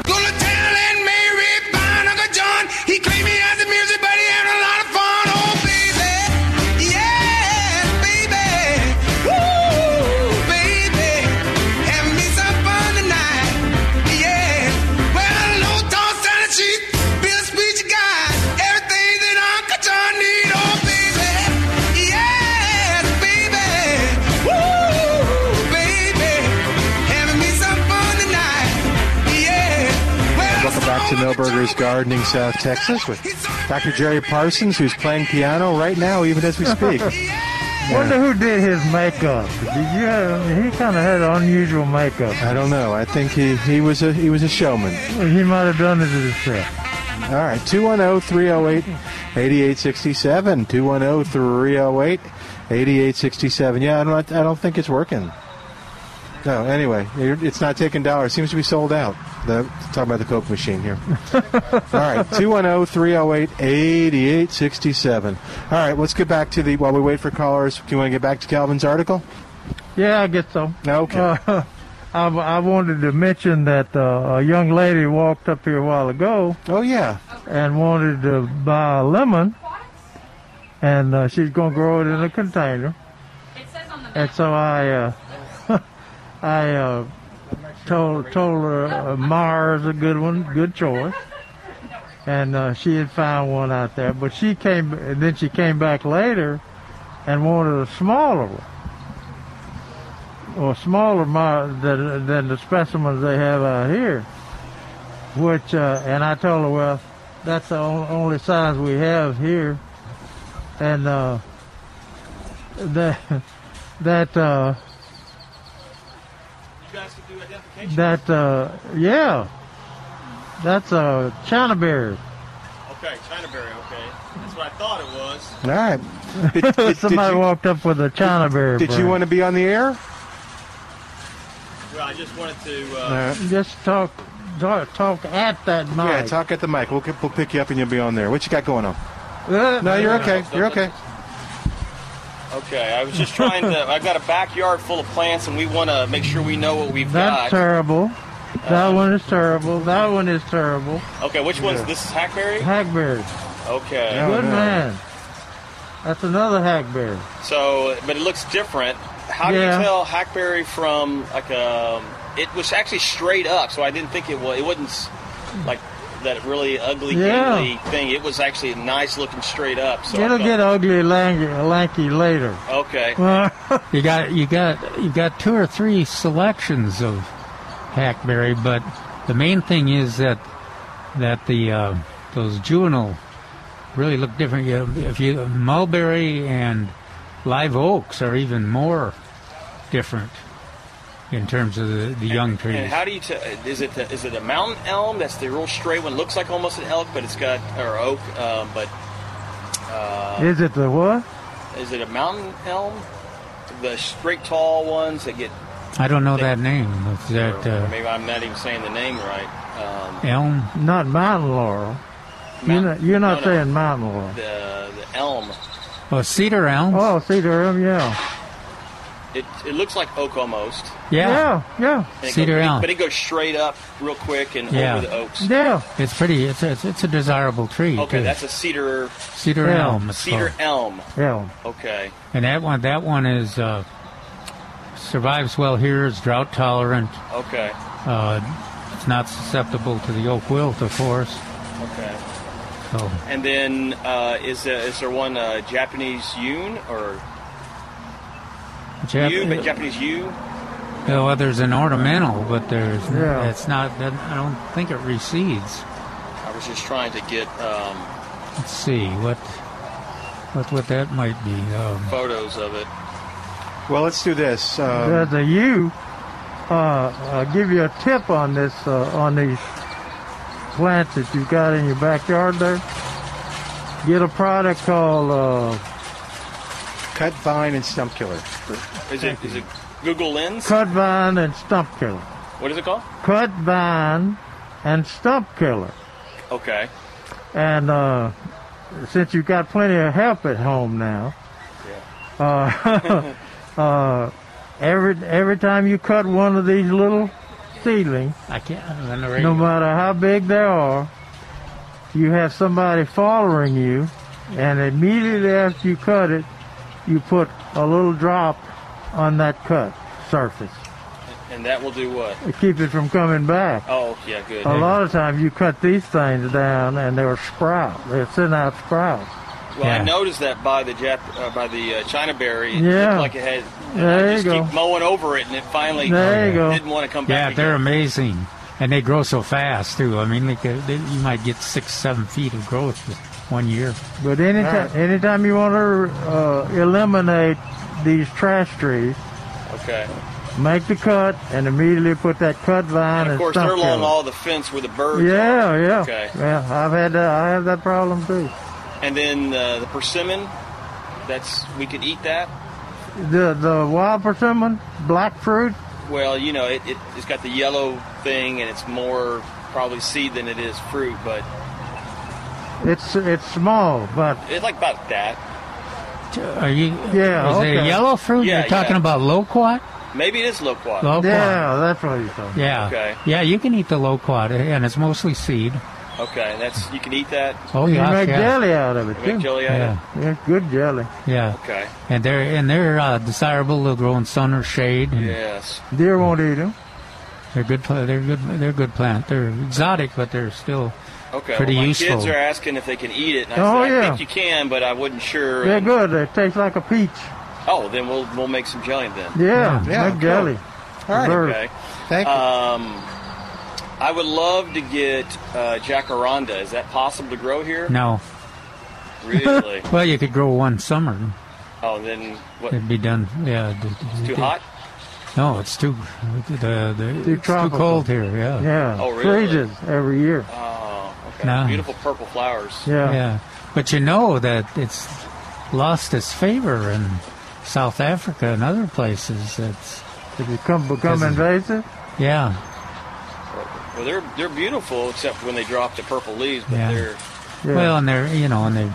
O: Go to town and Mary Bond, Uncle John. He claimed he had the music, but he had a lot of fun. Oh, baby. Yeah, baby. Woo, baby. Have me some fun tonight. Yeah. Well, I know Tom Sally, she's be a speech guy. Everything that Uncle John need. Oh, baby. Yeah, baby. Woo, baby. Having me some fun tonight. Yeah.
C: Welcome back to Millburgers Gardening South Texas with Dr. Jerry Parsons, who's playing piano right now, even as we speak.
E: Wonder who did his makeup. Did you have, he kind of had unusual makeup.
C: I don't know. I think he, he was a he was a showman.
E: He might have done it himself.
C: All right, oh, 210 308 8867. 210 308 8867. Yeah, I don't, I don't think it's working. No, anyway, you're- it's not taking dollars. Seems to be sold out. The, talking about the Coke machine here. All right, oh, 210 308 8867. All right, let's get back to the, while we wait for callers, do you want to get back to Calvin's article?
E: Yeah, I guess so.
C: Okay.
E: Uh, I, I wanted to mention that uh, a young lady walked up here a while ago.
C: Oh yeah.
E: And wanted to buy a lemon, and uh, she's gonna grow it in a container. And so I, uh, I uh, told told her uh, Mars a good one, good choice. And uh, she had found one out there, but she came. And then she came back later, and wanted a smaller one or smaller amount than, than the specimens they have out here. Which, uh, and I told her, well, that's the on- only size we have here. And, uh, that, that, uh, that, uh, yeah, that's, uh, China berry.
P: Okay, China berry. Okay, that's what I thought it was.
C: All right. Did- did- did
E: Somebody
C: you-
E: walked up with a China berry.
C: Did you
E: branch.
C: want to be on the air?
P: Well, I just wanted to. Uh,
E: Just talk, talk, talk at that mic.
C: Yeah, talk at the mic. We'll, we'll pick you up and you'll be on there. What you got going on?
E: Uh,
C: No, you're okay. You're okay.
P: Okay, I was just trying to. I've got a backyard full of plants, and we want to make sure we know what we've
E: That's
P: got.
E: terrible. That one is terrible. That one is terrible.
P: Okay, which one's this? Is hackberry.
E: Hackberry.
P: Okay.
E: Good man. That's another hackberry.
P: So, but it looks different. How do
E: Yeah.
P: you tell hackberry from like um It was actually straight up, so I didn't think it was. It wasn't s- like that really ugly,
E: Yeah.
P: gangly thing. It was actually nice looking straight up. So I
E: It'll
P: thought-
E: get ugly lanky, lanky later.
P: Okay.
D: you got you got you got two or three selections of hackberry, but the main thing is that that the uh, those juvenile really look different. You, if you mulberry and live oaks are even more different in terms of the, the young
P: And
D: trees.
P: how do you tell? Is it the, is it a mountain elm? That's the real straight one. Looks like almost an elk, but it's got or oak. Um, but uh,
E: Is it the what?
P: Is it a mountain elm? The straight tall ones that get.
D: I don't know that name. Is that
P: or
D: uh,
P: maybe I'm not even saying the name right. Um,
D: elm?
E: Not mountain laurel. You're not, you're not
P: no, no.
E: saying mountain laurel.
P: The, the elm.
D: Oh, cedar elm.
E: Oh, cedar elm, yeah.
P: It, it looks like oak almost.
E: Yeah. Yeah.
P: And it
D: Cedar
P: goes-
D: elm.
P: But it goes straight up real quick and
D: Yeah.
P: over the oaks.
D: It's pretty. It's a, it's a desirable tree.
P: Okay,
D: too.
P: that's a cedar.
D: Cedar elm, it's
P: Cedar elm.
E: Elm.
P: Okay.
D: And that one, that one is uh, survives well here. Is drought tolerant.
P: Okay.
D: Uh, it's not susceptible to the oak wilt, of course.
P: Okay.
D: So
P: And then uh, is uh, is there one uh, Japanese yun or
D: Jap-
P: you, but Japanese you?
D: well, there's an ornamental, but there's
P: Yeah.
D: it's not. That, I don't think it recedes.
P: I was just trying to get um,
D: Let's see what what what that might be. Um,
P: photos of it.
C: Well, let's do this. Um,
E: There's a U. uh, uh, give you a tip on this uh, on these plants that you got in your backyard there. Get a product called uh,
C: Cut vine and stump killer.
P: Is it, is it Google Lens?
E: Cut Vine and Stump Killer.
P: What is it called?
E: Cut Vine and Stump Killer.
P: Okay.
E: And uh, since you've got plenty of help at home now, uh, uh, every every time you cut one of these little seedlings,
D: I can't. I'm on the radio.
E: no matter how big they are, you have somebody following you, and immediately after you cut it, you put a little drop on that cut surface.
P: And that will do what?
E: to keep it from coming back.
P: Oh, yeah, good.
E: A lot of times you cut these things down and they'll sprout. They'll send out sprouts.
P: Well, I noticed that by the Jap- uh, by the uh, China berry, it
E: Yeah.
P: looked like it had. and
E: There
P: I
E: you
P: just
E: go.
P: keep mowing over it, and it finally
D: There you go.
P: didn't want to come
D: Yeah,
P: back.
D: they're
P: again.
D: amazing, and they grow so fast too. I mean, like uh, they, you might get six, seven feet of growth with one year.
E: But anytime, anytime you want to uh, eliminate these trash trees,
P: Okay.
E: make the cut and immediately put that cut vine
P: And
E: and,
P: of course,
E: stump
P: they're along
E: killer.
P: all the fence where the birds.
E: Yeah,
P: are.
E: yeah,
P: Okay.
E: yeah. I've had that. I have that problem too.
P: And then uh, the persimmon. That's we could eat that.
E: The the wild persimmon, black fruit.
P: Well, you know, it, it, it's got the yellow thing, and it's more probably seed than it is fruit, but
E: It's it's small, but
P: it's like about that.
D: Are you?
E: Yeah,
D: Is it a
E: okay.
D: yellow fruit?
P: Yeah,
D: You're talking
P: yeah.
D: about loquat.
P: Maybe it is loquat.
D: Loquat.
E: Yeah, that's what you're talking.
D: Yeah. Yeah, you can eat the loquat, and it's mostly seed.
P: Okay, that's you can eat that.
D: Oh,
E: you
D: yes,
E: make
D: yeah.
E: jelly out of it
P: You
E: too.
P: make jelly out of it?
E: Yeah, good jelly.
D: Yeah.
P: Okay.
D: And they're and they're uh, desirable. They'll grow in sun or shade. And
P: Yes.
E: Deer won't eat them.
D: They're good. pla- They're good. They're good plant. They're exotic, but they're still
P: Okay.
D: pretty
P: well, my
D: useful.
P: kids are asking if they can eat it. And I said,
E: Oh,
P: I
E: yeah.
P: think you can, but I wasn't sure.
E: They're
P: and-
E: good. They taste like a peach.
P: Oh, then we'll we'll make some jelly then.
E: Yeah, make jelly. Bird.
P: Okay. Thank you. Um, I would love to get uh, jacaranda. Is that possible to grow here?
D: No.
P: Really?
D: well, you could grow one summer.
P: Oh, then what?
D: It'd be done. Yeah. d- d-
P: It's too
D: d-
P: hot.
D: No, it's too. The, the,
E: Too
D: it's too
E: tropical.
D: cold here. Yeah.
E: Yeah.
P: Oh, really?
E: Freezes every year.
P: Oh, okay.
D: No.
P: Beautiful purple flowers.
E: Yeah.
D: Yeah. But you know that it's lost its favor in South Africa and other places. It's
E: Did it come become
D: Doesn't-
E: invasive?
D: yeah.
P: Well, they're they're beautiful except when they drop the purple leaves, but
D: Yeah.
P: they're
D: Well, and they're you know, and they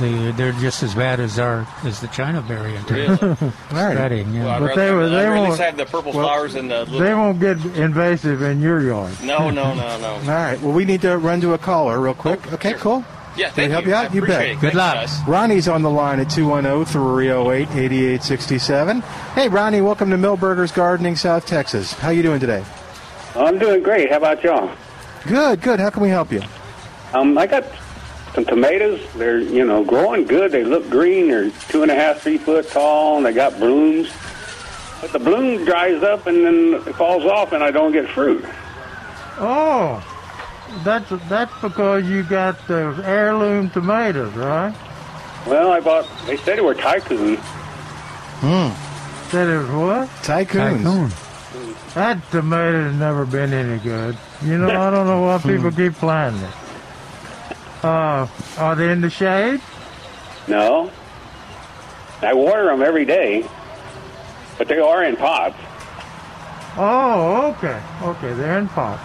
D: they they're just as bad as our as the China berry in terms
P: Really?
D: of spreading. Yeah.
P: Well, I'd
E: But
P: rather,
E: they were-
P: I'd
E: they
P: rather at least
E: won't-
P: have the purple flowers and the
E: They
P: little.
E: won't get invasive in your yard.
P: No, no, no, no.
C: All right. Well, we need to run to a caller real quick. okay, cool.
P: Yeah,
C: Can
P: thank
C: we help
P: you.
C: you
P: I
C: out? You
P: Oh, appreciate
C: bet.
P: it. Good Thanks, luck. guys.
C: Ronnie's on the line at oh, 210 308 8867. Hey, Ronnie, welcome to Millburgers Gardening, South Texas. How you doing today?
Q: I'm doing great. How about y'all?
C: Good, good. How can we help you?
Q: Um, I got some tomatoes. They're you know growing good. They look green. They're two and a half, three foot tall, and they got blooms. But the bloom dries up and then it falls off, and I don't get fruit.
E: Oh, that's that's because you got those heirloom tomatoes, right?
Q: Well, I bought. They said they were tycoon.
E: Hmm. That is what?
C: Tycoons.
E: That tomato's never been any good. You know, I don't know why people keep planting it. Uh, are they in the shade?
Q: No, I water them every day, but they are in pots.
E: Oh, okay, okay, they're in pot.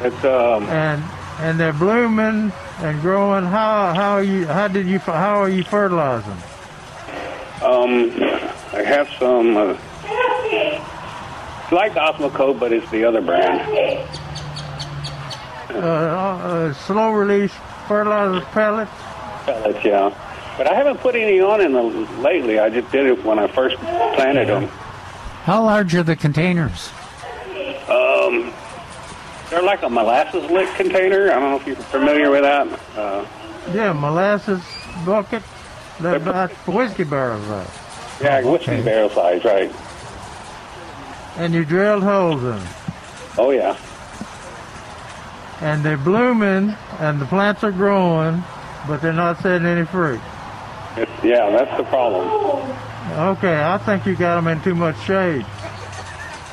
Q: It's um,
E: and and they're blooming and growing. How how are you how did you how are you fertilizing?
Q: Um, I have some. Uh, it's like Osmocote, but it's the other brand.
E: Uh, uh, slow release fertilizer pellets.
Q: Pellets, yeah. But I haven't put any on in the, lately. I just did it when I first planted them.
D: How large are the containers?
Q: Um, they're like a molasses lick container. I don't know if you're familiar with that. Uh,
E: Yeah, molasses bucket. They're about whiskey barrels, right?
Q: yeah, whiskey barrel size, right?
E: And you drilled holes in them,
Q: Oh yeah.
E: and they're blooming, and the plants are growing, but they're not setting any fruit.
Q: It's, yeah, that's the problem.
E: Okay, I think you got them in too much shade,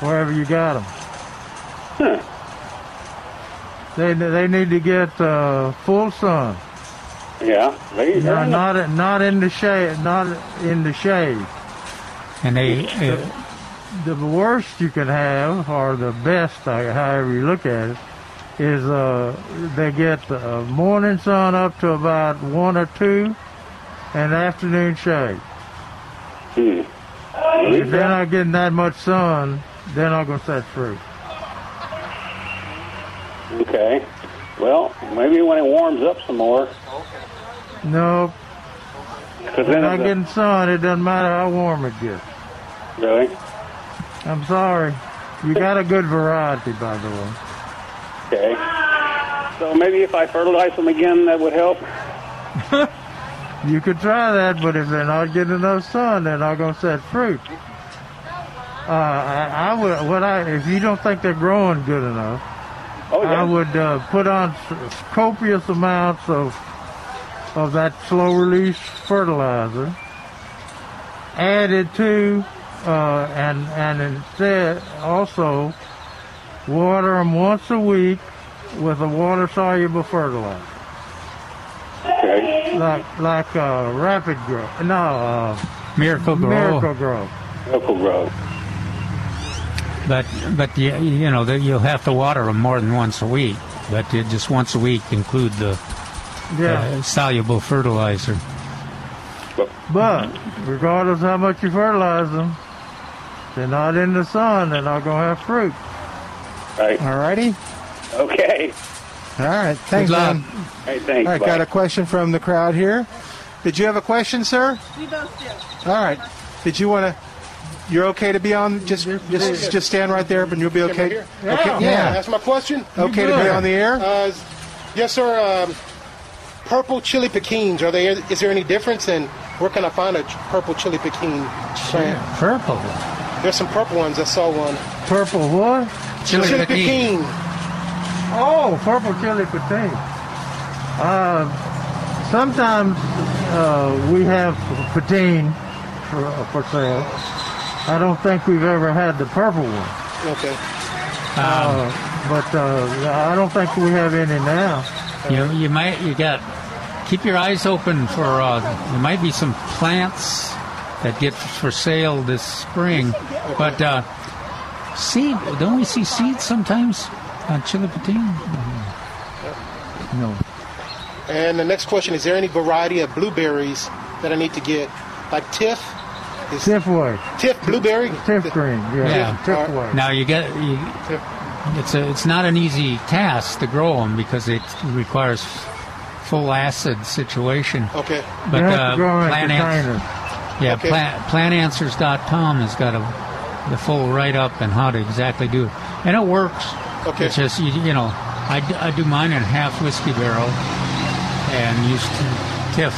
E: wherever you got them. They they need to get uh, full sun.
Q: Yeah, they
E: No, not not in the shade. Not in the shade.
D: And they, uh,
E: the worst you can have, or the best, I- however you look at it, is uh, they get uh, morning sun up to about one or two, and afternoon shade.
Q: Hmm.
E: If they're not getting that much sun, they're not going to set fruit.
Q: Okay. Well, maybe when it warms up some more.
E: No,
Q: Because
E: if they're
Q: then
E: not
Q: it's
E: getting sun, it doesn't matter how warm it gets.
Q: a- really.
E: I'm sorry. You got a good variety, by the way.
Q: Okay. So maybe if I fertilize them again, that would help.
E: You could try that, but if they're not getting enough sun, they're not going to set fruit. Uh, I, I would, what I, if you don't think they're growing good enough,
Q: Oh, yeah.
E: I would uh, put on s- copious amounts of of that slow release fertilizer, add it to, uh, and and instead also water them once a week with a water soluble fertilizer like like uh, rapid grow. No, uh,
D: Miracle Grow.
E: Miracle grow.
Q: Local grow.
D: But but you, you know that you'll have to water them more than once a week. But you just once a week include the
E: Yeah.
D: uh, soluble fertilizer.
E: But regardless how much you fertilize them, they're not in the sun. They're not gonna have fruit.
Q: Right.
C: Alrighty.
Q: Okay.
C: All right. Thanks,
E: luck.
C: man.
Q: Hey, thanks.
C: All right,
Q: Bye.
C: got a question from the crowd here. Did you have a question, sir?
R: We both do.
C: All right. Did you want to? You're okay to be on? Just, just, just stand right there, and you'll be okay.
S: Yeah.
C: Okay.
S: Yeah. That's my question.
C: You Okay to be good. on the air?
S: Uh, s- yes, sir. Um, purple chili piquins. Are they? Is there any difference? And where can I find a ch- purple chili piquin plant?
D: Purple.
S: There's some purple ones. I saw one.
E: Purple what?
S: Chili,
E: Chili
S: piquin.
E: Oh, purple chili potato. Uh, sometimes uh, we have poutine for, for sale. I don't think we've ever had the purple one.
S: Okay.
E: Uh,
D: Um,
E: but uh, I don't think we have any now.
D: You you might you got keep your eyes open for uh, there might be some plants that get for sale this spring, but uh, seed don't we see seeds sometimes on chili poutine? No.
S: And the next question: Is there any variety of blueberries that I need to get? Like Tiff,
E: Tiff way.
S: Tiff blueberry.
E: Tiff green. Yeah.
D: Yeah.
E: Tiff way.
D: Now you get you, it's a, it's not an easy task to grow them because it requires full acid situation.
S: Okay.
D: But
E: You have to
D: uh,
E: grow 'em in
D: plant ans-
E: containers.
D: yeah,
E: Okay.
D: plant, plantanswers.com has got a, the full write up and how to exactly do it, and it works.
S: Okay.
D: It's just you, you know I, d- I do mine in half whiskey barrel and use t- tiff.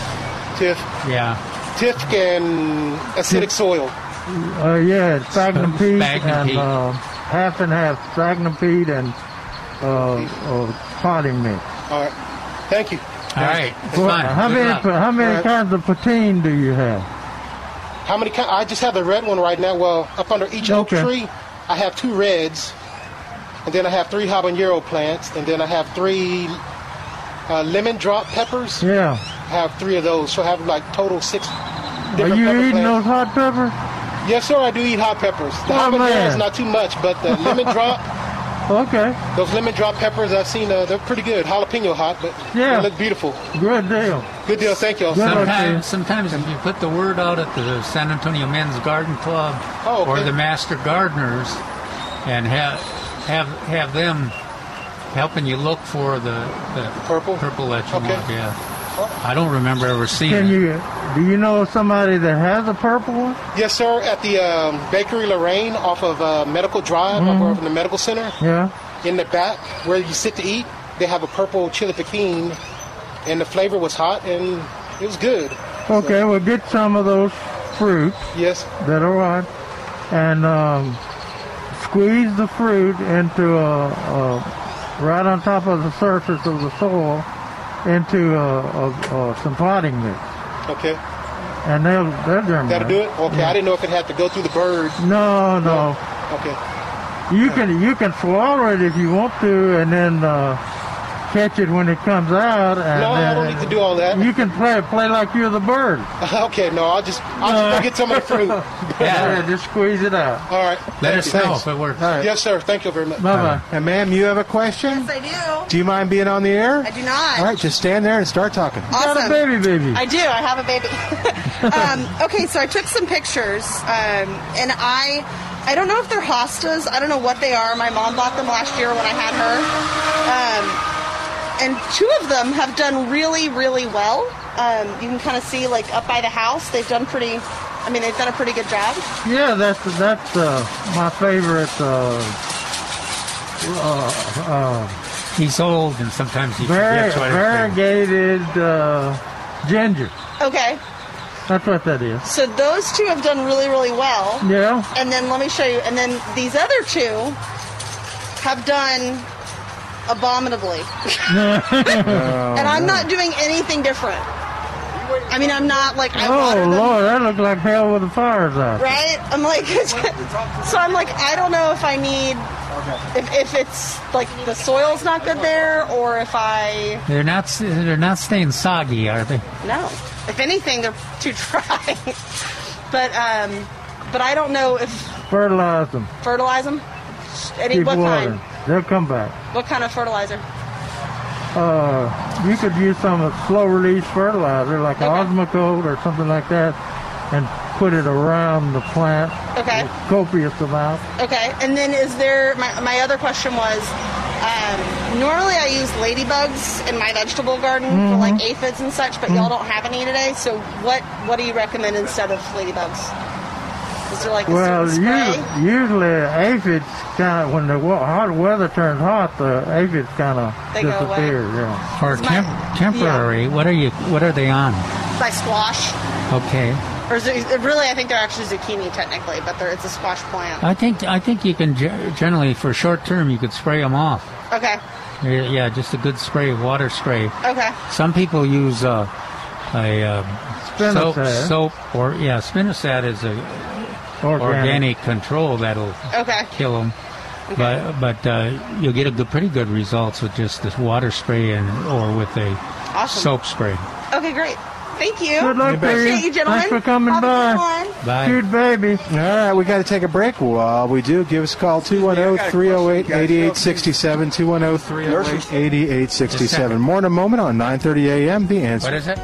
S: Tiff.
D: Yeah.
S: Tiff and acidic soil.
E: Uh, yeah, it's sphagnum peat
D: Sphagnum
E: and
D: peat.
E: Uh, half and half sphagnum peat and uh, uh, potting mix.
S: All right. Thank you.
D: All right.
E: Well, how many how many kinds of poutine do you have?
S: How many? ki- I just have the red one right now. Well, up under each
E: Okay.
S: oak tree, I have two reds, and then I have three habanero plants, and then I have three uh, lemon drop peppers.
E: Yeah.
S: I have three of those, so I have like total six.
E: Are
S: different
E: you
S: pepper
E: eating those
S: plants.
E: hot peppers?
S: Yes, sir. I do eat hot peppers. The
E: Oh,
S: habanero
E: man.
S: is not too much, but the lemon drop,
E: Okay,
S: those lemon drop peppers I've seen, uh, they're pretty good. Jalapeno hot, but
E: Yeah.
S: they look beautiful.
E: good deal.
S: Good deal. Thank y'all.
D: Sometimes, sometimes if you put the word out at the San Antonio Men's Garden Club
S: Oh,
D: or the Master Gardeners, and have have have them helping you look for the, the
S: purple
D: purple that you want. Yeah, I don't remember ever seeing
E: Can
D: it.
E: you do you know somebody that has a purple one?
S: Yes, sir. At the um, Bakery Lorraine off of uh, Medical Drive, off
E: Mhm.
S: of the medical center,
E: Yeah.
S: in the back where you sit to eat, they have a purple chili piquin, and the flavor was hot and it was good.
E: Okay, we'll get some of those fruits.
S: Yes.
E: That are ripe, and um, squeeze the fruit into a, a right on top of the surface of the soil into a, a, a, some potting mix,
S: Okay.
E: and they'll they'll germinate.
S: That'll do it? Okay.
E: Yeah.
S: I didn't know if it had to go through the bird.
E: No, no.
S: Okay.
E: You can you can swallow it if you want to, and then uh, catch it when it comes out. And
S: No, I don't
E: then
S: need to do all that.
E: uh, You can play play like you're the bird.
S: okay, no, I'll just I'll just go get some of the fruit.
E: Yeah, just squeeze it out.
S: All right.
E: Let
S: Thank
E: us
S: you.
E: know
S: Thanks.
E: if it works.
S: All right. Yes, sir. Thank you very much.
C: And ma'am, you have a question?
R: Yes, I do.
C: Do you mind being on the air?
R: I do not.
C: All right, just stand there and start talking.
R: Awesome.
C: baby.
R: I do. I have a baby. um, okay, so I took some pictures, um, and I I don't know if they're hostas. I don't know what they are. My mom bought them last year when I had her, um, and two of them have done really, really well. Um, you can kind of see like up by the house, they've done pretty. I mean, they've done a pretty good job.
E: Yeah, that's that's uh, my favorite. Uh, uh, uh,
D: He's old, and sometimes he
E: Vari-
D: forgets what it's
E: variegated uh, ginger.
R: Okay,
E: That's what that is.
R: so those two have done really, really well.
E: Yeah.
R: And then let me show you. And then these other two have done abominably. Uh,
E: Oh,
R: and I'm not doing anything different. I mean, I'm not like I
E: Oh
R: water them,
E: Lord, that looked like hell with the fires out.
R: right? I'm like, so I'm like, I don't know if I need, if, if it's like the soil's not good there, or if I
D: They're not. They're not staying soggy, are they?
R: no. If anything, they're too dry. but um, but I don't know if
E: Fertilize them.
R: fertilize them. Any
E: Keep
R: what
E: watering.
R: kind?
E: They'll come back.
R: What kind of fertilizer?
E: Uh, you could use some of the slow release fertilizer like Osmocote or something like that, and put it around the plant.
R: Okay.
E: Copious amount.
R: Okay, and then is there? My, my other question was, um, normally I use ladybugs in my vegetable garden for like
E: Mm-hmm.
R: aphids and such, but y'all don't have any today. So what what do you recommend instead of ladybugs? Is there like a
E: Well,
R: certain spray?
E: usually, usually aphids kind of when the wa- hot weather turns hot, the aphids kind of
R: They go away.
E: disappear. Yeah.
D: Or temp- temporary. What are you? What are they on?
R: By squash,
D: Okay.
R: or is it, really? I think they're actually zucchini technically, but they're, it's a squash plant.
D: I think. I think you can ge- generally for short term you could spray them off.
R: Okay,
D: Yeah, yeah, just a good spray, water spray.
R: okay,
D: Some people use uh, a uh, soap,
E: Spinosad.
D: soap, or yeah, spinosad is a
E: Organic.
D: organic control that'll
R: okay.
D: kill them. But but uh, you'll get a good, pretty good results with just this water spray and or with a
R: Awesome.
D: soap spray.
R: Okay, great. Thank you.
E: Good luck,
R: Appreciate
E: baby.
R: you, gentlemen.
E: Thanks for coming
R: Have a
E: by.
R: good one.
D: Bye.
E: Cute baby.
C: All right, we got to take a break. While we do, give us a call oh, 210 308 8867. 210 308 8867. More in a moment on 9:30 a.m. The answer.
D: What is it?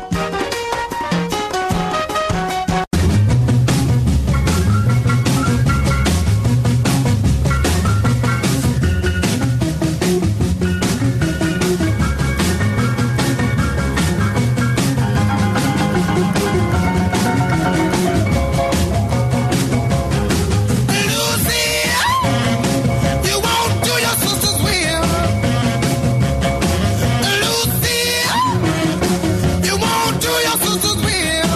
O: You won't do your sister's will. Lucy, you won't do your sister's will.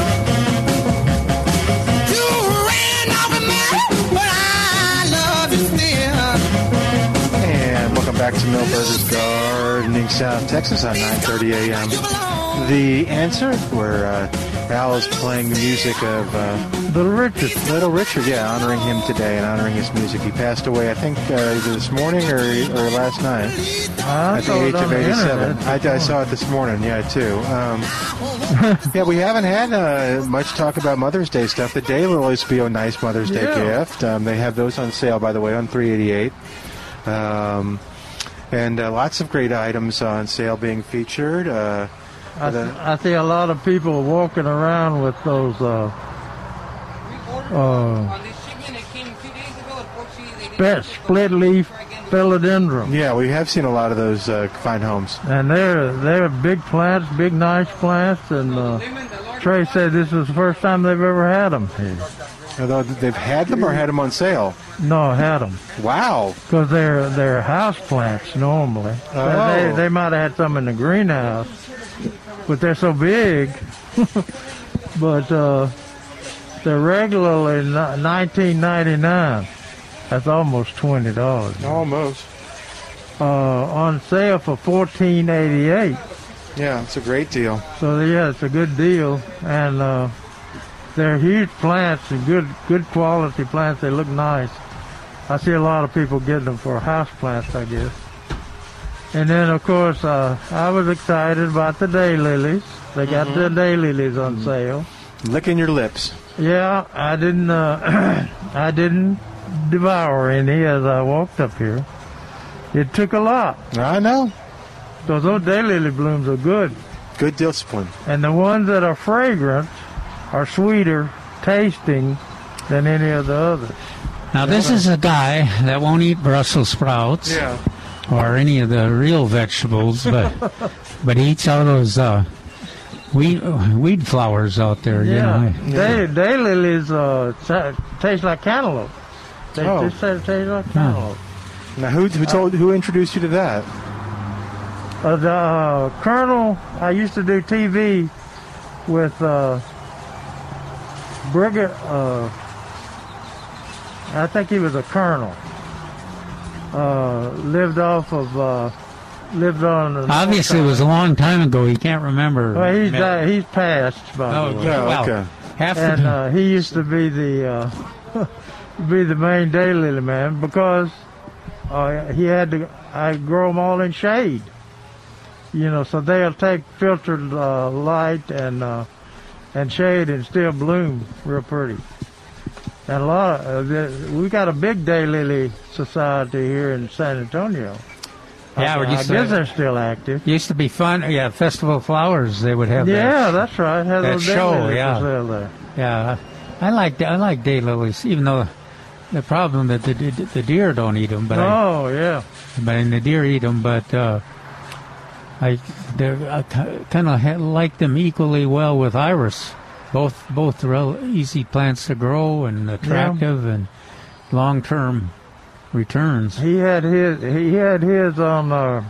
O: You ran off with me, but I love you still.
C: And welcome back to Millburgers Gardening South Texas on 9:30 a.m. The answer, where uh, Al is playing the music of uh,
E: Little Richard.
C: Little Richard, yeah, honoring him today and honoring his music. He passed away, I think, uh, either this morning or, or last night
E: I
C: at
E: saw
C: the
E: it
C: age
E: on
C: of
E: the
C: 87.
E: internet.
C: I, I saw it this morning, yeah, too. Um, yeah, we haven't had uh, much talk about Mother's Day stuff. The daylilies be a nice Mother's Day
E: Yeah.
C: gift. Um, they have those on sale, by the way, on 388. Um, and uh, lots of great items on sale being featured. Uh,
E: I,
C: the-
E: I see a lot of people walking around with those. Uh, uh, split, split leaf philodendron,
C: yeah, we have seen a lot of those uh, fine homes.
E: and they're they're big plants, big nice plants. And uh, Trey said this is the first time they've ever had them.
C: Although they've had them or had them on sale.
E: No, had them.
C: Wow.
E: Because they're they're house plants normally.
C: Oh.
E: They, they might have had some in the greenhouse, but they're so big. but uh, they're regularly ni- 19.99. That's almost twenty dollars.
C: Almost.
E: Uh, on sale for 14.88.
C: Yeah, it's a great deal.
E: So yeah, it's a good deal, and uh, they're huge plants and good good quality plants. They look nice, I see a lot of people getting them for house plants, I guess. And then, of course, uh, I was excited about the daylilies. They got
C: Mhm.
E: the daylilies on sale.
C: Licking your lips.
E: Yeah, I didn't. Uh, I didn't devour any as I walked up here. It took a lot.
C: I know.
E: So those daylily blooms are good.
C: Good discipline.
E: And the ones that are fragrant are sweeter tasting than any of the others.
D: Now, this is a guy that won't eat Brussels sprouts
E: Yeah.
D: or any of the real vegetables, but but he eats all those uh, weed weed flowers out there.
E: Yeah,
D: You know?
E: Day, daylilies uh, ta taste like cantaloupe. They
C: Oh.
E: just taste, taste like cantaloupe.
C: Now, who, who told? Who introduced you to that?
E: Uh, the uh, Colonel, I used to do TV with uh, Brigadier. Uh, I think he was a colonel. Uh, lived off of. Uh, lived on. the-
D: Obviously, it was a long time ago. He can't remember.
E: Well, he's uh, he's passed by
D: Oh,
E: the way.
D: yeah, well, Okay. half the-
E: and uh, he used to be the uh, be the main daily man because uh, he had to. I grow them all in shade, you know, so they'll take filtered uh, light and uh, and shade and still bloom real pretty. And a lot of uh, the, we got a big daylily society here in San Antonio.
D: Yeah,
E: I,
D: we
E: I
D: used to-
E: guess they're still active.
D: Used to be fun. Yeah, Festival of Flowers. They would have.
E: Yeah,
D: that,
E: that's right. Had
D: that
E: those
D: show.
E: daylilies
D: Yeah.
E: for sale there.
D: Yeah, I like I like daylilies, even though the problem that the the deer don't eat them. But I,
E: oh yeah,
D: but and the deer eat them. But uh, I they're- I kind of like them equally well with iris. Both both real easy plants to grow and attractive and long term returns.
E: He had his he had his on uh,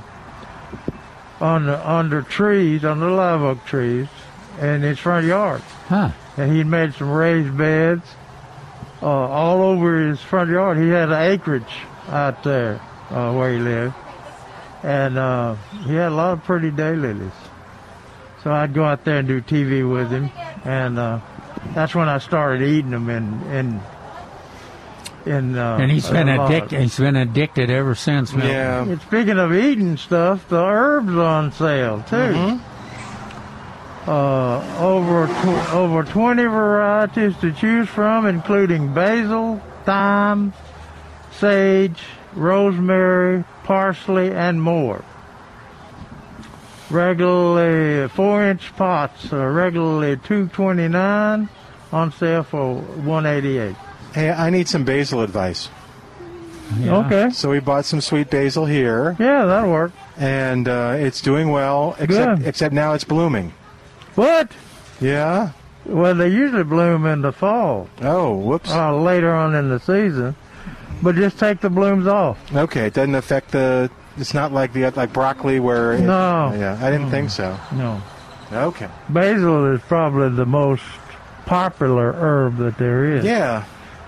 E: on the on the trees on the live oak trees in his front yard.
D: Huh.
E: And he made some raised beds uh, all over his front yard. He had an acreage out there uh, where he lived, and uh, he had a lot of pretty daylilies. So I'd go out there and do TV with him, and uh, that's when I started eating them in in. In, uh,
D: and he's been
E: in lot.
D: addicted. He's been addicted ever since. Milton.
E: And speaking of eating stuff, the herbs on sale too.
C: Mm-hmm.
E: Uh, over tw- over 20 varieties to choose from, including basil, thyme, sage, rosemary, parsley, and more. Regularly four-inch pots are regularly 229 on sale for 188.
C: Hey, I need some basil advice.
E: Yeah. Okay.
C: So we bought some sweet basil here.
E: Yeah, that'll work.
C: And uh, it's doing well, except
E: Good.
C: except now it's blooming.
E: What?
C: Yeah.
E: Well, they usually bloom in the fall.
C: Oh, whoops.
E: Uh, later on in the season. But just take the blooms off.
C: Okay, it doesn't affect the. It's not like the like broccoli where. it-
E: No.
C: Yeah, I didn't
E: Mm.
C: think so.
E: No.
C: Okay.
E: Basil is probably the most popular herb that there is.
C: Yeah.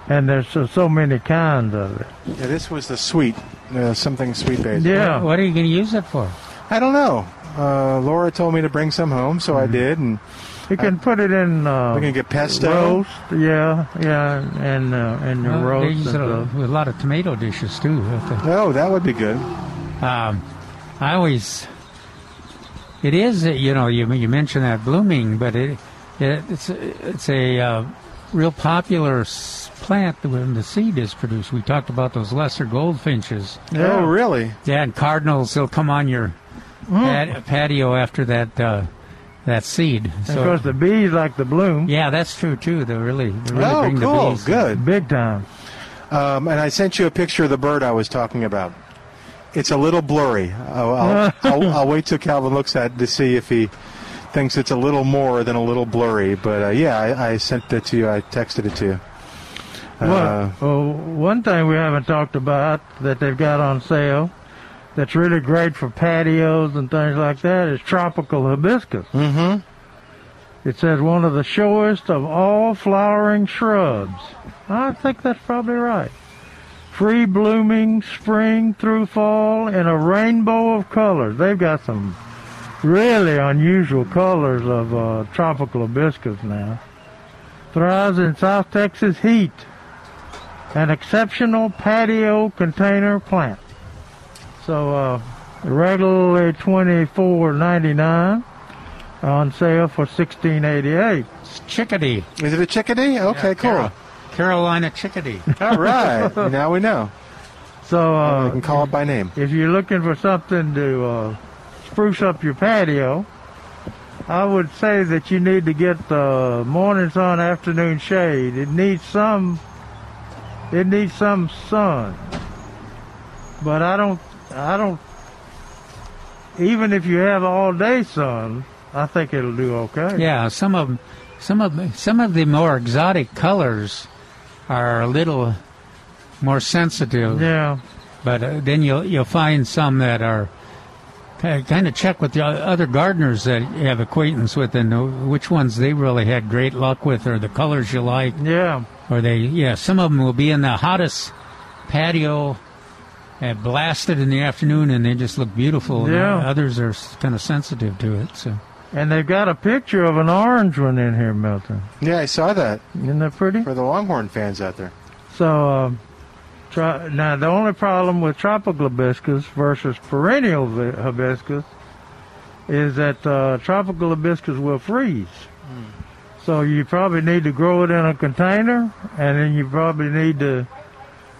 E: And there's so, so many kinds of it.
C: Yeah, this was the sweet, uh, something sweet basil.
E: Yeah.
D: What are you going to use it for?
C: I don't know. Uh, Laura told me to bring some home, so I did, and
E: Mm-hmm. You can put it in. Uh,
C: we can get pesto.
E: Roast, yeah, yeah, and uh, and your
D: Well, they
E: roast.
D: use
E: and
D: it a-
E: stuff.
D: with a lot of tomato dishes too.
C: Oh, that would be good.
D: Um, I always. It is you know you you mentioned that blooming, but it, it it's it's a uh, real popular s- plant when the seed is produced. We talked about those lesser goldfinches.
C: Oh, really?
D: Yeah, and cardinals they'll come on your
E: Mm.
D: pat- patio after that uh, that seed.
E: And of course, the bees like the bloom.
D: Yeah, that's true too. They really, they really
C: oh,
D: bring
C: cool.
D: the bees.
C: Good.
E: Big time.
C: Um, and I sent you a picture of the bird I was talking about. It's a little blurry. I'll, I'll, I'll, I'll wait till Calvin looks at it to see if he thinks it's a little more than a little blurry. But uh, yeah, I, I sent that to you. I texted it to you. Uh,
E: Well, oh, one thing we haven't talked about that they've got on sale that's really great for patios and things like that is tropical hibiscus. Mm-hmm. It says one of the shortest of all flowering shrubs. I think that's probably right. Free blooming spring through fall in a rainbow of colors. They've got some really unusual colors of uh, tropical hibiscus now. Thrives in South Texas heat an exceptional patio container plant. So uh, regularly twenty four ninety nine, on sale for sixteen eighty eight.
D: Chickadee.
C: Is it a chickadee? Okay, cool.
D: Carol- Carolina chickadee.
C: All right. now we know.
E: So uh,
C: we can call it by name.
E: If you're looking for something to uh, spruce up your patio, I would say that you need to get the morning sun, afternoon shade. It needs some. It needs some sun. But I don't. I don't. Even if you have all day sun, I think it'll do okay.
D: Yeah, some of 'em- some of some of the more exotic colors are a little more sensitive.
E: Yeah.
D: But uh, then you'll you'll find some that are kind of check with the o- other gardeners that you have acquaintance with and know which ones they really had great luck with or the colors you like.
E: Yeah.
D: Or they yeah, some of them will be in the hottest patio and blasted in the afternoon and they just look beautiful.
E: Yeah.
D: And others are kind of sensitive to it. So
E: And they've got a picture of an orange one in here, Milton.
C: Yeah, I saw that.
E: Isn't that pretty?
C: For the Longhorn fans out there.
E: So um, try, now the only problem with tropical hibiscus versus perennial vi- hibiscus is that uh, tropical hibiscus will freeze. So you probably need to grow it in a container, and then you probably need to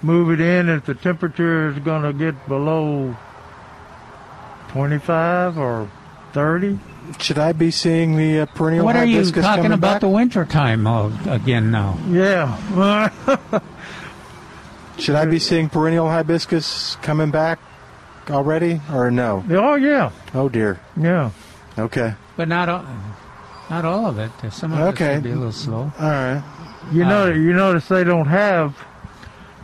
E: move it in if the temperature is going to get below 25 or 30.
C: Should I be seeing the uh, perennial
D: What are you
C: hibiscus
D: talking
C: coming
D: about
C: back?
D: the winter time all, again now?
E: Yeah.
C: Should I be seeing perennial hibiscus coming back already or no?
E: Oh, yeah.
C: Oh, dear.
E: Yeah.
C: Okay.
D: But not all, not all of it. Some of
E: Okay.
D: it will be a little slow.
C: All right.
E: You know, you notice they don't have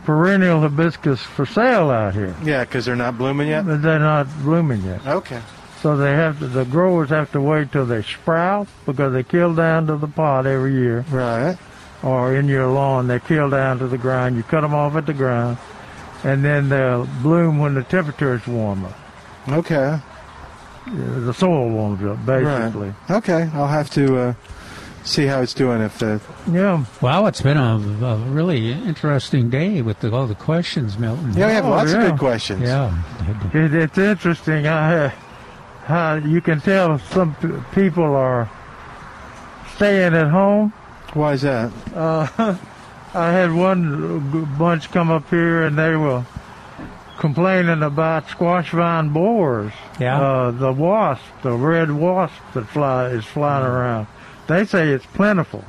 E: perennial hibiscus for sale out here.
C: Yeah, because they're not blooming yet?
E: But they're not blooming yet.
C: Okay.
E: So they have to, the growers have to wait till they sprout because they kill down to the pot every year.
C: Right.
E: Or in your lawn, they kill down to the ground. You cut them off at the ground, and then they'll bloom when the temperature is warmer.
C: Okay.
E: The soil warms up, basically.
C: Right. Okay, I'll have to uh, see how it's doing if the
E: Yeah.
D: Wow, it's been a, a really interesting day with the, all the questions, Milton.
C: Yeah, we have Oh, lots of yeah. good questions.
D: Yeah.
E: It, it's interesting how, how you can tell some p- people are staying at home.
C: Why is that?
E: Uh, I had one g- bunch come up here and they were complaining about squash vine borers.
D: Yeah.
E: Uh, the wasp, the red wasp that fly is flying around. They say it's plentiful.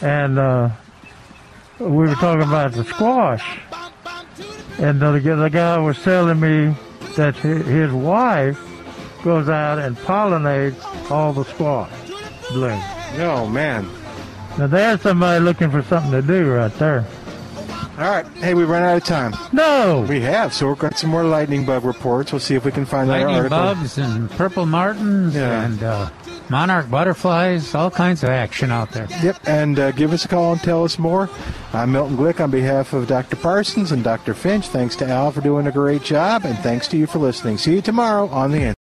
E: And uh, we were talking about the squash. And the, the guy was telling me that hi- his wife goes out and pollinates all the squash blooms.
C: Oh, man.
E: Now there's somebody looking for something to do right there.
C: All right. Hey, we run out of time.
E: No.
C: We have. So we've got some more lightning bug reports. We'll see if we can find that
D: Lightning
C: article.
D: bugs and purple martins
C: Yeah.
D: and uh, monarch butterflies, all kinds of action out there.
C: Yep. And uh, give us a call and tell us more. I'm Milton Glick on behalf of Dr. Parsons and Dr. Finch. Thanks to Al for doing a great job. And thanks to you for listening. See you tomorrow on the end.